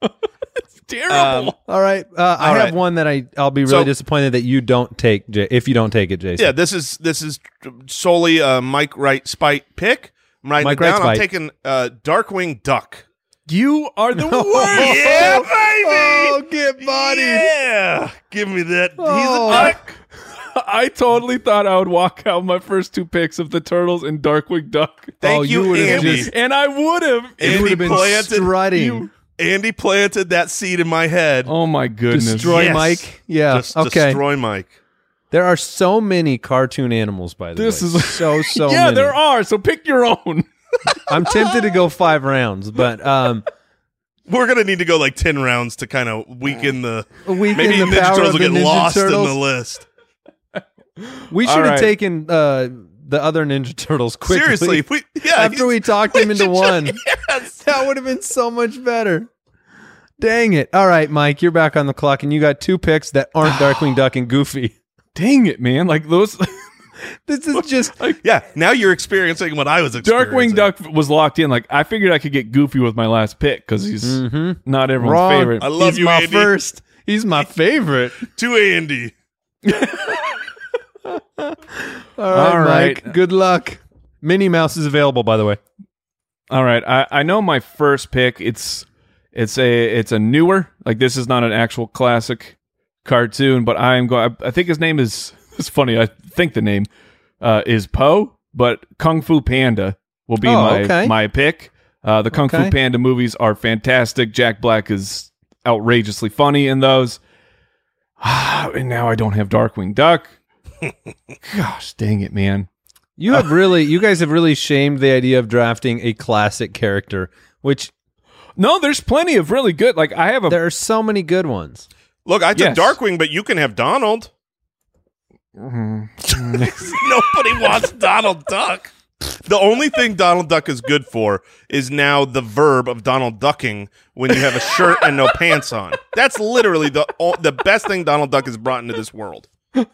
it's terrible.
All right, uh, I
All
have
right.
one that I I'll be really
So-
disappointed that you don't take J- if you don't take it, Jason.
Yeah, this is this is solely a Mike Wright spite pick. I'm writing
Mike
it down.
Wright
I'm
spite.
taking uh, Darkwing Duck.
you are the
Oh,
worst.
Yeah, baby!
Oh, get bodied.
Yeah, give me that.
Oh.
He's a duck.
I totally thought I would walk out my first two picks of the Turtles and Darkwing Duck.
Thank
Oh,
you,
you would've
Andy.
just-
And I would have.
You
Andy
would have been
planted-
strutting.
you-
Andy planted that seed in my head.
Oh my goodness.
Destroy
Yes.
Mike. Yeah.
Just
okay.
destroy Mike.
There are so many cartoon animals, by the
This
way.
is-
so so.
yeah,
many.
there are. So pick your own.
I'm tempted to go five rounds, but um,
We're gonna need to go like ten rounds to kind of weaken the.
weaken
Maybe
the
Ninja
power
Turtles
of
will
the
get
Ninja
lost
Turtles.
in the list.
we
All
should have
right.
taken uh, the other Ninja Turtles quickly.
Seriously, we, yeah.
after we talked him into
should
one,
just- yes.
that would have been so much better. Dang it! All right, Mike, you're back on the clock, and you got two picks that aren't Darkwing Duck and Goofy.
Dang it, man. Like those
This is just
Yeah, now you're experiencing what I was
Darkwing
experiencing.
Duck was locked in. Like I figured I could get goofy with my last pick because he's not everyone's
Wrong.
favorite.
I love
he's
you,
my
Andy.
first. He's my favorite.
To Andy.
All right,
All right.
Mike. Good luck. Minnie Mouse is available, by the way.
All right, I, I know my first pick. It's it's a it's a newer like this is not an actual classic cartoon, but I am going. I think his name is it's funny. I think the name uh, is Poe, but Kung Fu Panda will be
Oh,
my
okay.
my pick. Uh, the Kung
Okay.
Fu Panda movies are fantastic. Jack Black is outrageously funny in those. and now I don't have Darkwing Duck. Gosh, dang it, man!
You have really, you guys have really shamed the idea of drafting a classic character, which
No, there's plenty of really good. Like I have a
there are so many good ones.
Look, I took
Yes.
Darkwing, but you can have Donald.
Mm-hmm.
Nobody wants Donald Duck. The only thing Donald Duck is good for is now the verb of Donald ducking when you have a shirt and no pants on. That's literally the o- the best thing Donald Duck has brought into this world.
All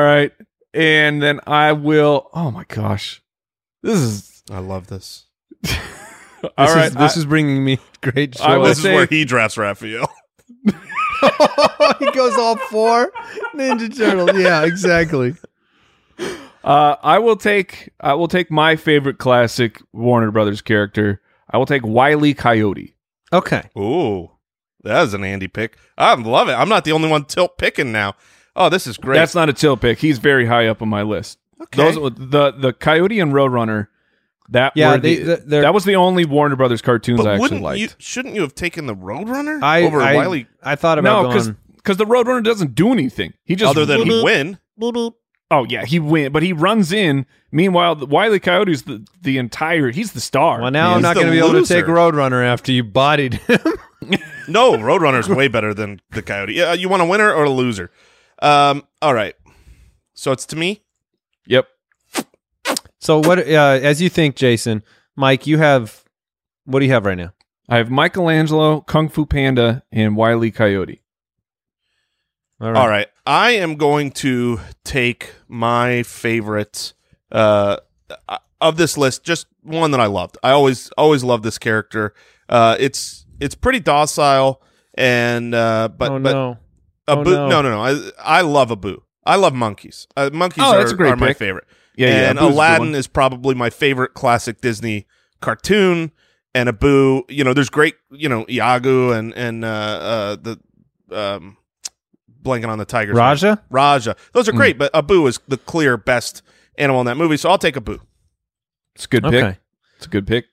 right. And then I will. Oh my gosh. This is.
I love this.
all
this
right.
is, this is bringing me great joy.
I will
This is
say-
where he drafts Raphael.
he goes all four Ninja Turtle. Yeah, exactly.
uh, I will take. I will take my favorite classic Warner Brothers character. I will take Wiley Coyote.
Okay.
Ooh, that is an Andy pick. I love it. I'm not the only one tilt picking now. Oh, this is great.
That's not a chill pick. He's very high up on my list.
Okay.
Those the the Coyote and Roadrunner. That
Yeah,
were
they-
the-
they- they're-
that was the only Warner Brothers cartoons I
but
actually
wouldn't
liked.
you? Shouldn't you have taken the Roadrunner
I
over
I,
Wiley?
I thought about
no, because
going.
because the Roadrunner doesn't do anything. He just
Other than he win,
Oh yeah, he win, but he runs in. Meanwhile, the- Wiley Coyote's the the entire. He's the star.
Well, now I'm
He's
not
the
going to be able to
loser.
take Roadrunner after you bodied him.
no, Roadrunner's way better than the Coyote. Yeah, you want a winner or a loser? Um, all right. So it's to me.
Yep.
so what? Uh, as you think, Jason, Mike, you have. What do you have right now?
I have Michelangelo, Kung Fu Panda, and Wiley Coyote.
All right. I am going to take my favorite uh, uh, of this list, just one that I loved. I always always loved this character. Uh, it's it's pretty docile and uh, but
oh
but
no.
Abu,
Oh,
no.
no.
no, no, I, I love Abu. I love monkeys. Uh, monkeys
Oh,
are,
that's a great
are my
pick.
favorite.
Yeah, yeah,
and
Abu's a good
Aladdin
one.
is probably my favorite classic Disney cartoon. And Abu, you know, there's great, you know, Iago and and uh, uh, the um, blanking on the tiger.
Raja. Hmm.
Raja. Those are great, but Abu is the clear best animal in that movie. So I'll take Abu.
It's a good
Okay.
pick. It's a good pick.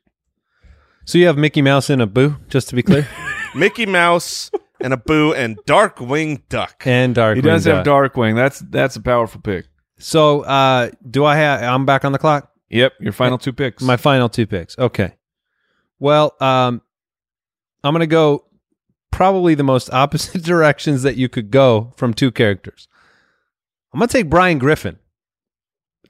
So you have Mickey Mouse and Abu, just to be clear,
Mickey Mouse and Abu and Darkwing Duck.
and Dark.
He does have Darkwing. That's that's a powerful pick.
So uh, do I have? I'm back on the clock.
Yep. Your final two picks.
My final two picks. Okay. Well, um, I'm going to go probably the most opposite directions that you could go from two characters. I'm going to take Brian Griffin.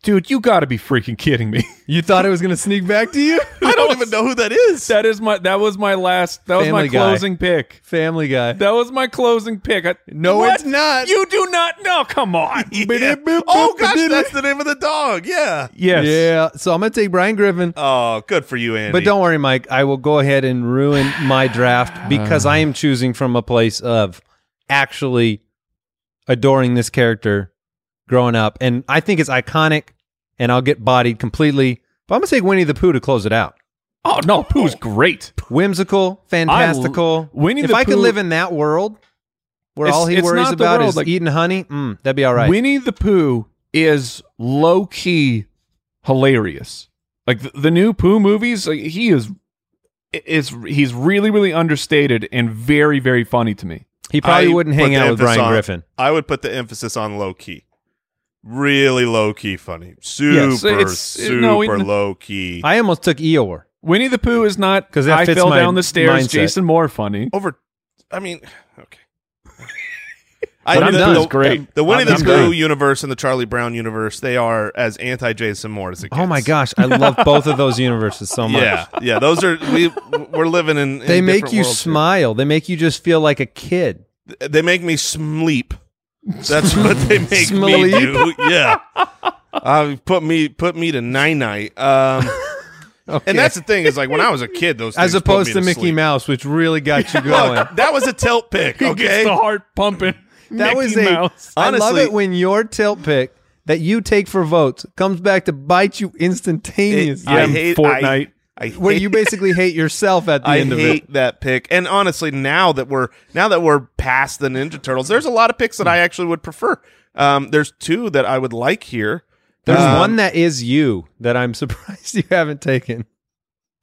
dude, you got to be freaking kidding me.
You thought it was going to sneak back to you?
I don't even know who that is.
that is my that was my last. That was my
Family Guy.
closing pick.
Family guy.
That was my closing pick. I,
No,
What?
it's not.
You do not know. Come on.
Yeah. Oh gosh, that's the name of the dog. Yeah.
Yes.
Yeah. So I'm going to take Brian Griffin.
Oh, good for you, Andy.
But don't worry, Mike. I will go ahead and ruin my draft because I am choosing from a place of actually adoring this character growing up. And I think it's iconic, and I'll get bodied completely. But I'm going to take Winnie the Pooh to close it out.
Oh no, Pooh's great.
Whimsical, fantastical.
Winnie
if
the
I could
Pooh-
live in that world where
It's-
all he
it's
worries
not the
about
world,
is
like-
eating honey, mm, that'd be all right.
Winnie the Pooh is low key hilarious. Like the, the new Pooh movies, like, he is is he's really really understated and very very funny to me.
he probably
I
wouldn't
put
hang
the
out with
emphasis
Brian
on-
Griffin.
I would put the emphasis on low key. Really low key funny. Super,
Yes, it's- it-
super
no, it-
low key.
I almost took Eeyore.
Winnie the Pooh is not
'Cause
because
that
I
fits
fell
my
down the stairs.
mindset.
Jason Moore funny.
Over, I mean, okay. I
But I'm
the-
done.
The,
It's
great.
The Winnie
I'm-
the
I'm
Pooh
done.
universe and the Charlie Brown universe, they are as anti Jason Moore as it gets.
Oh my gosh, I love both of those universes so much.
Yeah, yeah. Those are we. We're living in. in
They make
different
you
worlds here.
smile. They make you just feel like a kid.
They make me sleep. That's what they make me
Smelly.
do. Yeah. Uh, put me put me to nine night. Um,
Okay.
and that's the thing is like when I was a kid, those
as
things put
opposed
me
to Mickey
sleep.
Mouse, which really got you going.
Look, that was a tilt pick. Okay,
Gets the heart pumping. Mickey
That was a. I
Mouse.
love
Honestly-
it when your tilt pick that you take for votes comes back to bite you instantaneously.
I hate- Fortnite.
I, I hate,
where you basically hate yourself at the
I
end of
hate
it.
that pick. And honestly, now that we're now that we're past the Ninja Turtles, there's a lot of picks that I actually would prefer. Um, there's two that I would like here.
There's
Um,
one that is you that I'm surprised you haven't taken.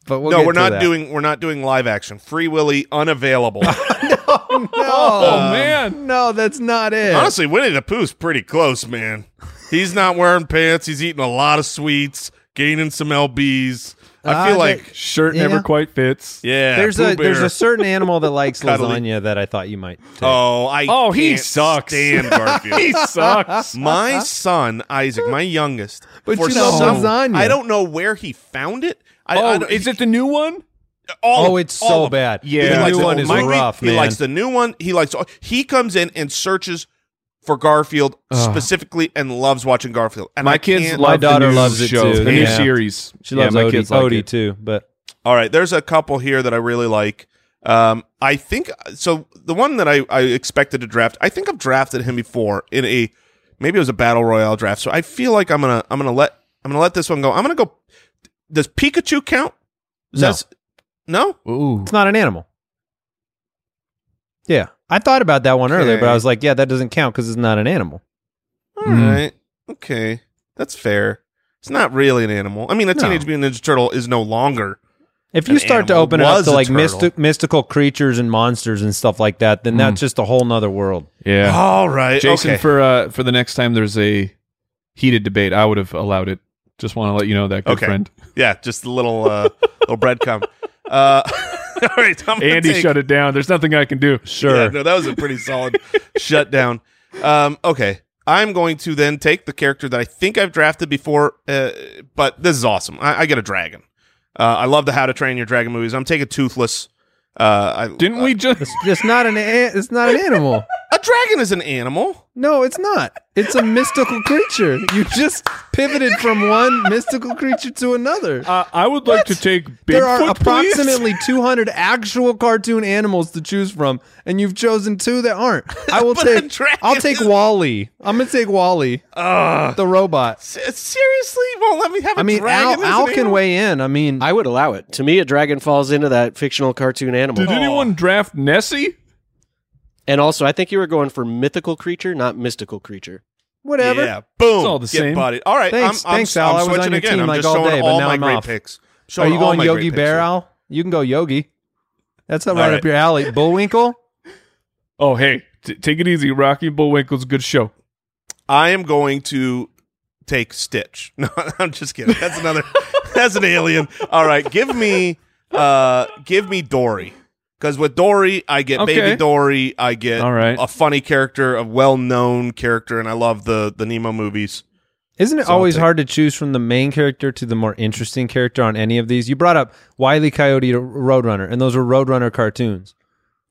But we'll
no,
get
we're
to
not
that.
doing we're not doing live action. Free Willy unavailable.
No,
Oh man.
no, that's not it.
honestly, Winnie the Pooh's pretty close, man. He's not wearing pants. He's eating a lot of sweets, gaining some lbs. I feel
Ah,
like
Shirt
Yeah.
never quite fits.
yeah.
there's
Pooh
a there's
Bear.
a certain animal that likes
Cuddly.
lasagna that I thought you might. Take.
oh I
Oh, he
can't
sucks.
Stand Garfield.
He sucks.
My son Isaac, my youngest,
But
for
you love
some-
lasagna.
I don't know where he found it. I, I
Oh,
don't-
is it the new one?
all
Oh,
of-
it's
all
so
of-
bad.
Yeah.
He
the
likes
new
the
one
old
is
one.
rough,
he
man.
likes the new one. He likes. He comes in and searches for Garfield specifically and loves watching Garfield. And
My
I
kids
can't-
love the
daughter
new
loves it
show,
too.
The new
Yeah.
series.
she loves
yeah, my
Odie,
kids like
Odie
it.
too, but
All right, there's a couple here that I really like. Um, I think so. The one that I, I expected to draft, I think I've drafted him before in a maybe it was a battle royale draft. So I feel like I'm gonna I'm gonna let I'm gonna let this one go. I'm gonna go. Does Pikachu count? Is
No.
that- no.
Ooh.
it's not an animal. Yeah, I thought about that one earlier, but
Okay.
I was like, yeah, that doesn't count because it's not an animal.
All right.
Mm.
Okay. That's fair. It's not really an animal. I mean, a
No.
Teenage Mutant Ninja Turtle is no longer.
If
An
you start to
animal
open it up
was
to
a
like
turtle.
mystic, mystical creatures and monsters and stuff like that, then that's just a whole nother world.
Yeah.
All right.
Jason,
okay.
for uh, for the next time there's a heated debate, I would have allowed it. Just want to let you know that good
Okay.
friend.
yeah, just a little uh, little breadcrumb. Uh, all right. I'm gonna
Andy
take-
shut it down. There's nothing I can do. Sure.
Yeah, no, that was a pretty solid shutdown. Um, okay. I'm going to then take the character that I think I've drafted before, uh, but this is awesome. I, I get a dragon. Uh, I love the How to Train Your Dragon movies. I'm taking Toothless. Uh, I,
Didn't we just?
It's not an a- it's not an animal.
A dragon is an animal.
No, it's not. It's a mystical creature. You just pivoted from one mystical creature to another.
Uh, I would like to take. Bigfoot,
there are
please.
approximately 200 actual cartoon animals to choose from, and you've chosen two that aren't. I will
But a
take.
dragon
I'll take
is-
Wally. I'm gonna take Wally, the robot.
S- uh, seriously, you won't let me have a
I mean,
dragon.
Al,
as an
Al can
animal?
weigh in. I mean,
I would allow it. To me, a dragon falls into that fictional cartoon animal.
Did anyone draft Nessie?
and also, I think you were going for mythical creature, not mystical creature.
whatever.
Yeah, boom.
all the
Get
same.
bodied. All right,
Thanks-
I'm, I'm,
thanks,
I'm
Al. I was
switching
on your
again.
team,
I'm
like,
just
all
showing
day, but
all
now
my
I'm
great
off.
picks.
Are
Showing
you
all
going
my great
Yogi
picks
Bear,
here.
Al? You can go Yogi. That's not
All
right,
right.
up your alley. Bullwinkle.
Oh, hey, t- take it easy. Rocky Bullwinkle's a good show.
I am going to take Stitch. No, I'm just kidding. That's another. that's an alien. All right, give me, uh, give me Dory. Because with Dory, I get
Okay.
baby Dory. I get
All right.
a funny character, a well-known character, and I love the the Nemo movies.
Isn't it
So I'll
always
take-
hard to choose from the main character to the more interesting character on any of these? You brought up Wiley Coyote to Roadrunner, and those are Roadrunner cartoons.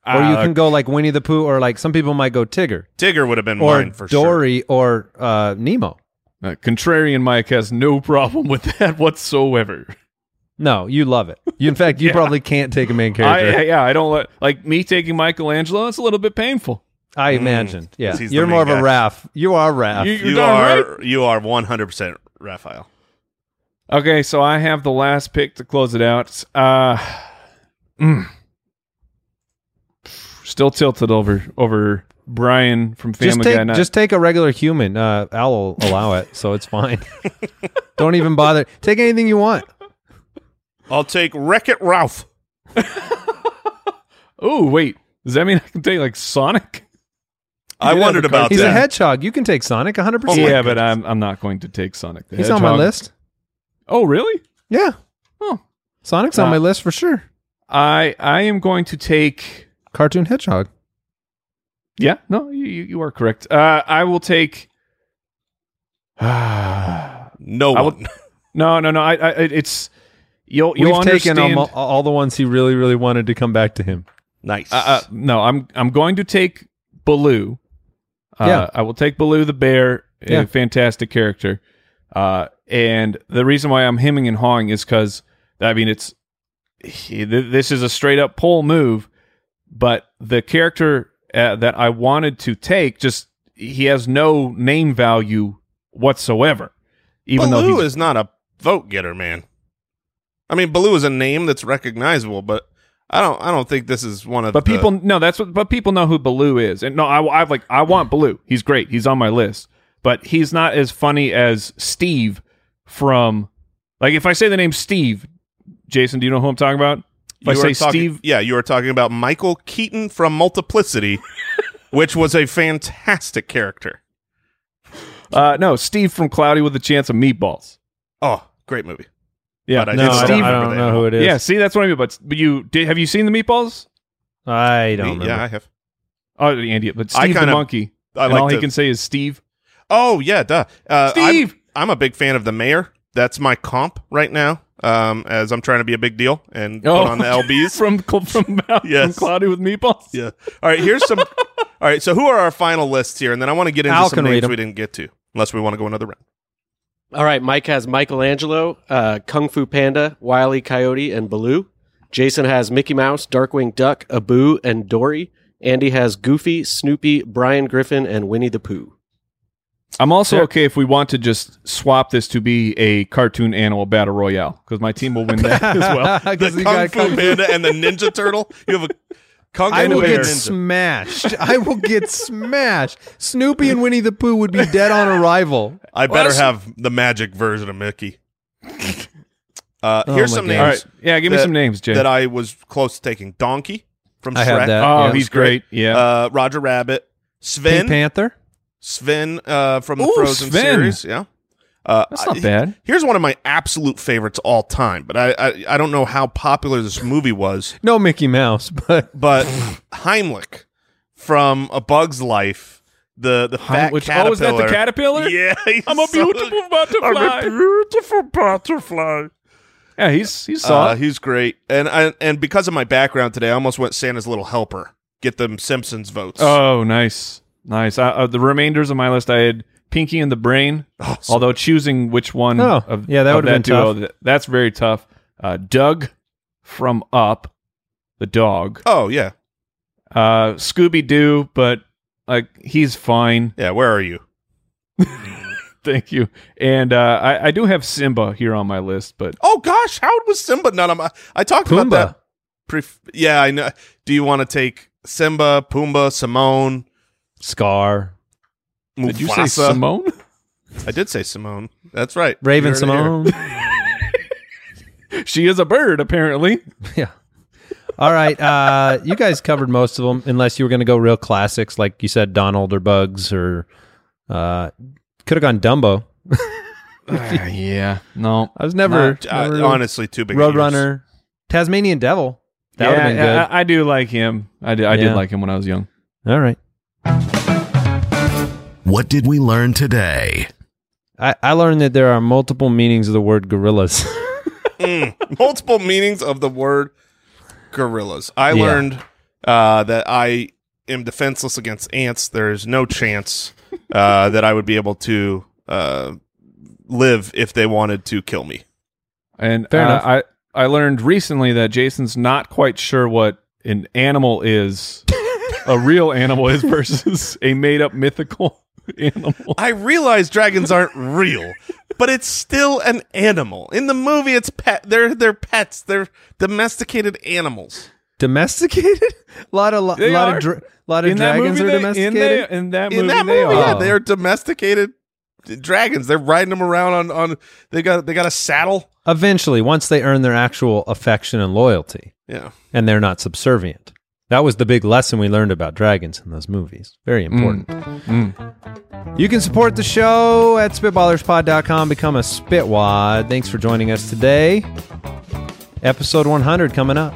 Or you
Ah,
can go like Winnie the Pooh, or like some people might go Tigger,
Tigger would have been
or
mine for sure.
Dory, or uh, Nemo.
Uh, Contrarian Mike has no problem with that whatsoever.
No, you love it. You, in fact, you probably can't take a main
I, I-
character.
yeah, I don't let like me taking Michelangelo. It's a little bit painful.
I, imagined. Yeah,
'cause he's the
you're
main
more of a
guy.
Raph. You are Raph.
You,
You
you're darn right.
are you are 100 percent Raphael.
Okay, so I have the last pick to close it out. Uh, mm. still tilted over over Brian from Family
just
Guy.
take
not-
just take a regular human. Uh, Al will allow it, so it's fine. Don't even bother. Take anything you want.
I'll take Wreck It Ralph.
oh wait, does that mean I can take like Sonic?
I
did have
wondered
a
about
He's
that.
a hedgehog. You can take Sonic 100%.
Oh my
yeah, but I'm I'm not going to take Sonic. the
He's on my
Hedgehog.
list.
Oh really?
Yeah.
Oh.
Sonic's
Uh,
on my list for sure.
I I am going to take.
Cartoon Hedgehog.
Yeah, no, you you you are correct. Uh, I will take. Ah,
no
I will-
one.
no, no, no. I, I it- it's you'll you'll
We've
understand.
taken all, all the ones he really, really wanted to come back to him.
nice.
uh, uh, no, I'm I'm going to take Baloo. Uh,
Yeah.
I will take Baloo the bear. a
Yeah.
fantastic character. Uh, and the reason why I'm hemming and hawing is because I mean it's he, th- this is a straight up pull move, but the character uh, that I wanted to take just he has no name value whatsoever. Even though
Baloo
he's,
is not a vote getter, man. I mean, Baloo is a name that's recognizable, but I don't. I don't think this is one of.
But
the-
people no, that's what. But people know who Baloo is, and no, I, I've like I want Baloo. He's great. He's on my list, but he's not as funny as Steve from. Like if I say the name Steve, Jason, do you know who I'm talking about? If I
you
say
are talking-
Steve,
Yeah, you were talking about Michael Keaton from Multiplicity, which was a fantastic character.
uh, no, Steve from Cloudy with a Chance of Meatballs.
Oh, great movie.
Yeah,
But I
No,
It's
I
Steve
don't, I don't
over there.
know who it is.
yeah. See, that's what I mean. But but you did, have you seen the Meatballs?
I don't remember.
yeah, I have.
Oh, Andy, but
I
Steve the
kinda-
monkey.
I
and
like
all he
to-
can say is Steve.
Oh yeah, duh. Uh,
Steve!
I'm, I'm a big fan of the mayor. That's my comp right now. Um, as I'm trying to be a big deal and
Oh,
put on the LBs.
from from from,
Yes.
Cloudy with Meatballs.
yeah. All right. Here's some. all right. So who are our final lists here? And then I want to get into
Al
some
can read
names
them.
we didn't get to, unless we want to go another round.
All right, Mike has Michelangelo, uh, Kung Fu Panda, Wile E. Coyote, and Baloo. Jason has Mickey Mouse, Darkwing Duck, Abu, and Dory. Andy has Goofy, Snoopy, Brian Griffin, and Winnie the Pooh.
I'm also okay if we want to just swap this to be a cartoon animal battle royale because my team will win that as well.
'Cause
The
you
Kung
got
Fu Panda and the Ninja Turtle. You have a Kung
I
Fu
will
Bear.
get smashed. I will get smashed. Snoopy and Winnie the Pooh would be dead on arrival.
I better have the magic version of Mickey. Uh,
Oh
here's
my
some
God.
names
All right, yeah, give me
That-
some names, Jay.
that I was close to taking. Donkey from
I
Shrek.
have that.
oh,
Yeah.
he's great. Yeah,
Uh, Roger Rabbit.
Pink
Sven.
Panther.
Sven uh, from the
Ooh,
Frozen
Sven.
series. Yeah. Uh,
that's not
I-
bad.
Here's one of my absolute favorites all time, but I, I I don't know how popular this movie was.
No Mickey Mouse, but
But Heimlich from A Bug's Life, the the fat
Which-
caterpillar.
oh, is that the caterpillar?
Yeah, he's
I'm a
so-
beautiful butterfly.
beautiful butterfly.
yeah, he's he's
Uh,
solid.
he's great, and I, and because of my background today, I almost went Santa's Little Helper. Get them Simpsons votes.
oh, nice, nice. I, uh, the remainders of my list, I had Pinky and the Brain.
Oh, so-
Although choosing which one,
Oh,
of,
yeah, that
of
would've been
duo, th- That's very tough. Uh, Doug from Up, the dog.
oh yeah,
uh Scooby Doo, but like he's fine.
yeah. Where are you?
Thank you. And uh I, I do have Simba here on my list, but
Oh gosh, how was Simba not on my? I talked about
Pumbaa.
that. Pref- yeah, I know. Do you want to take Simba, Pumbaa, Simone,
Scar,
Mufasa?
did you say Simone?
I did say Simone. That's right. You
Raven
heard it here.
Simone.
she is a bird, apparently.
yeah. All right. Uh, you guys covered most of them, unless you were going to go real classics, like you said, Donald or Bugs, or uh, could have gone Dumbo. Uh,
Ah, yeah. No.
I was never,
Uh,
never really-
honestly, too big. ears.
Roadrunner, Tasmanian Devil. That would have been good.
yeah, I, I do like him. I did, I
Yeah.
did like him when I was young.
All right.
What did we learn today?
I, I learned that there are multiple meanings of the word gorillas.
multiple meanings of the word gorillas. I
Yeah.
learned uh, that I am defenseless against ants. There is no chance uh, that I would be able to uh, live if they wanted to kill me.
And uh,
Fair enough.
I I learned recently that Jason's not quite sure what an animal is, a real animal is versus a made up mythical animal.
I realize dragons aren't real, but it's still an animal. In the movie, it's pet. They're they're pets. They're domesticated animals.
domesticated? A lot of lot,
They
lot
are.
of dra- lot of
in that
dragons
movie,
are
they-
domesticated.
In, they- in that movie,
In that
they are.
movie, yeah, they are domesticated dragons. They're riding them around on on. They got they got a saddle.
Eventually, once they earn their actual affection and loyalty,
Yeah.
and they're not subservient. That was the big lesson we learned about dragons in those movies. Very important. You can support the show at spitballerspod.com. Become a spitwad. Thanks for joining us today. Episode 100 coming up.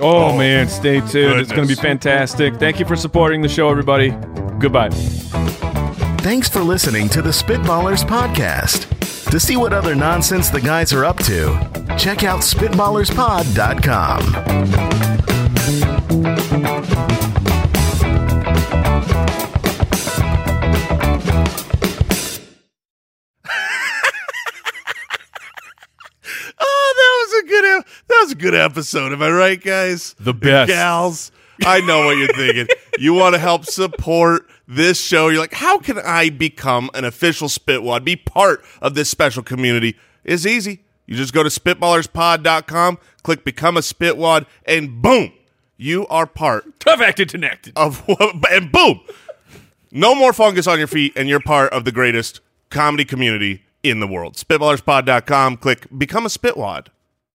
Oh, man, stay tuned. It's going to
goodness.
be fantastic. Thank you for supporting the show, everybody. Goodbye.
Thanks for listening to the Spitballers Podcast. To see what other nonsense the guys are up to, check out SpitballersPod.com.
Oh, good episode. Am I right, guys?
The best.
Gals, I know what you're thinking. you want to help support this show. You're like, how can I become an official Spitwad, be part of this special community? It's easy. You just go to spitballerspod.com, click become a Spitwad, and boom, you are part
Tough acted and acted.
of what, and boom, no more fungus on your feet, and you're part of the greatest comedy community in the world. Spitballerspod.com, click become a Spitwad.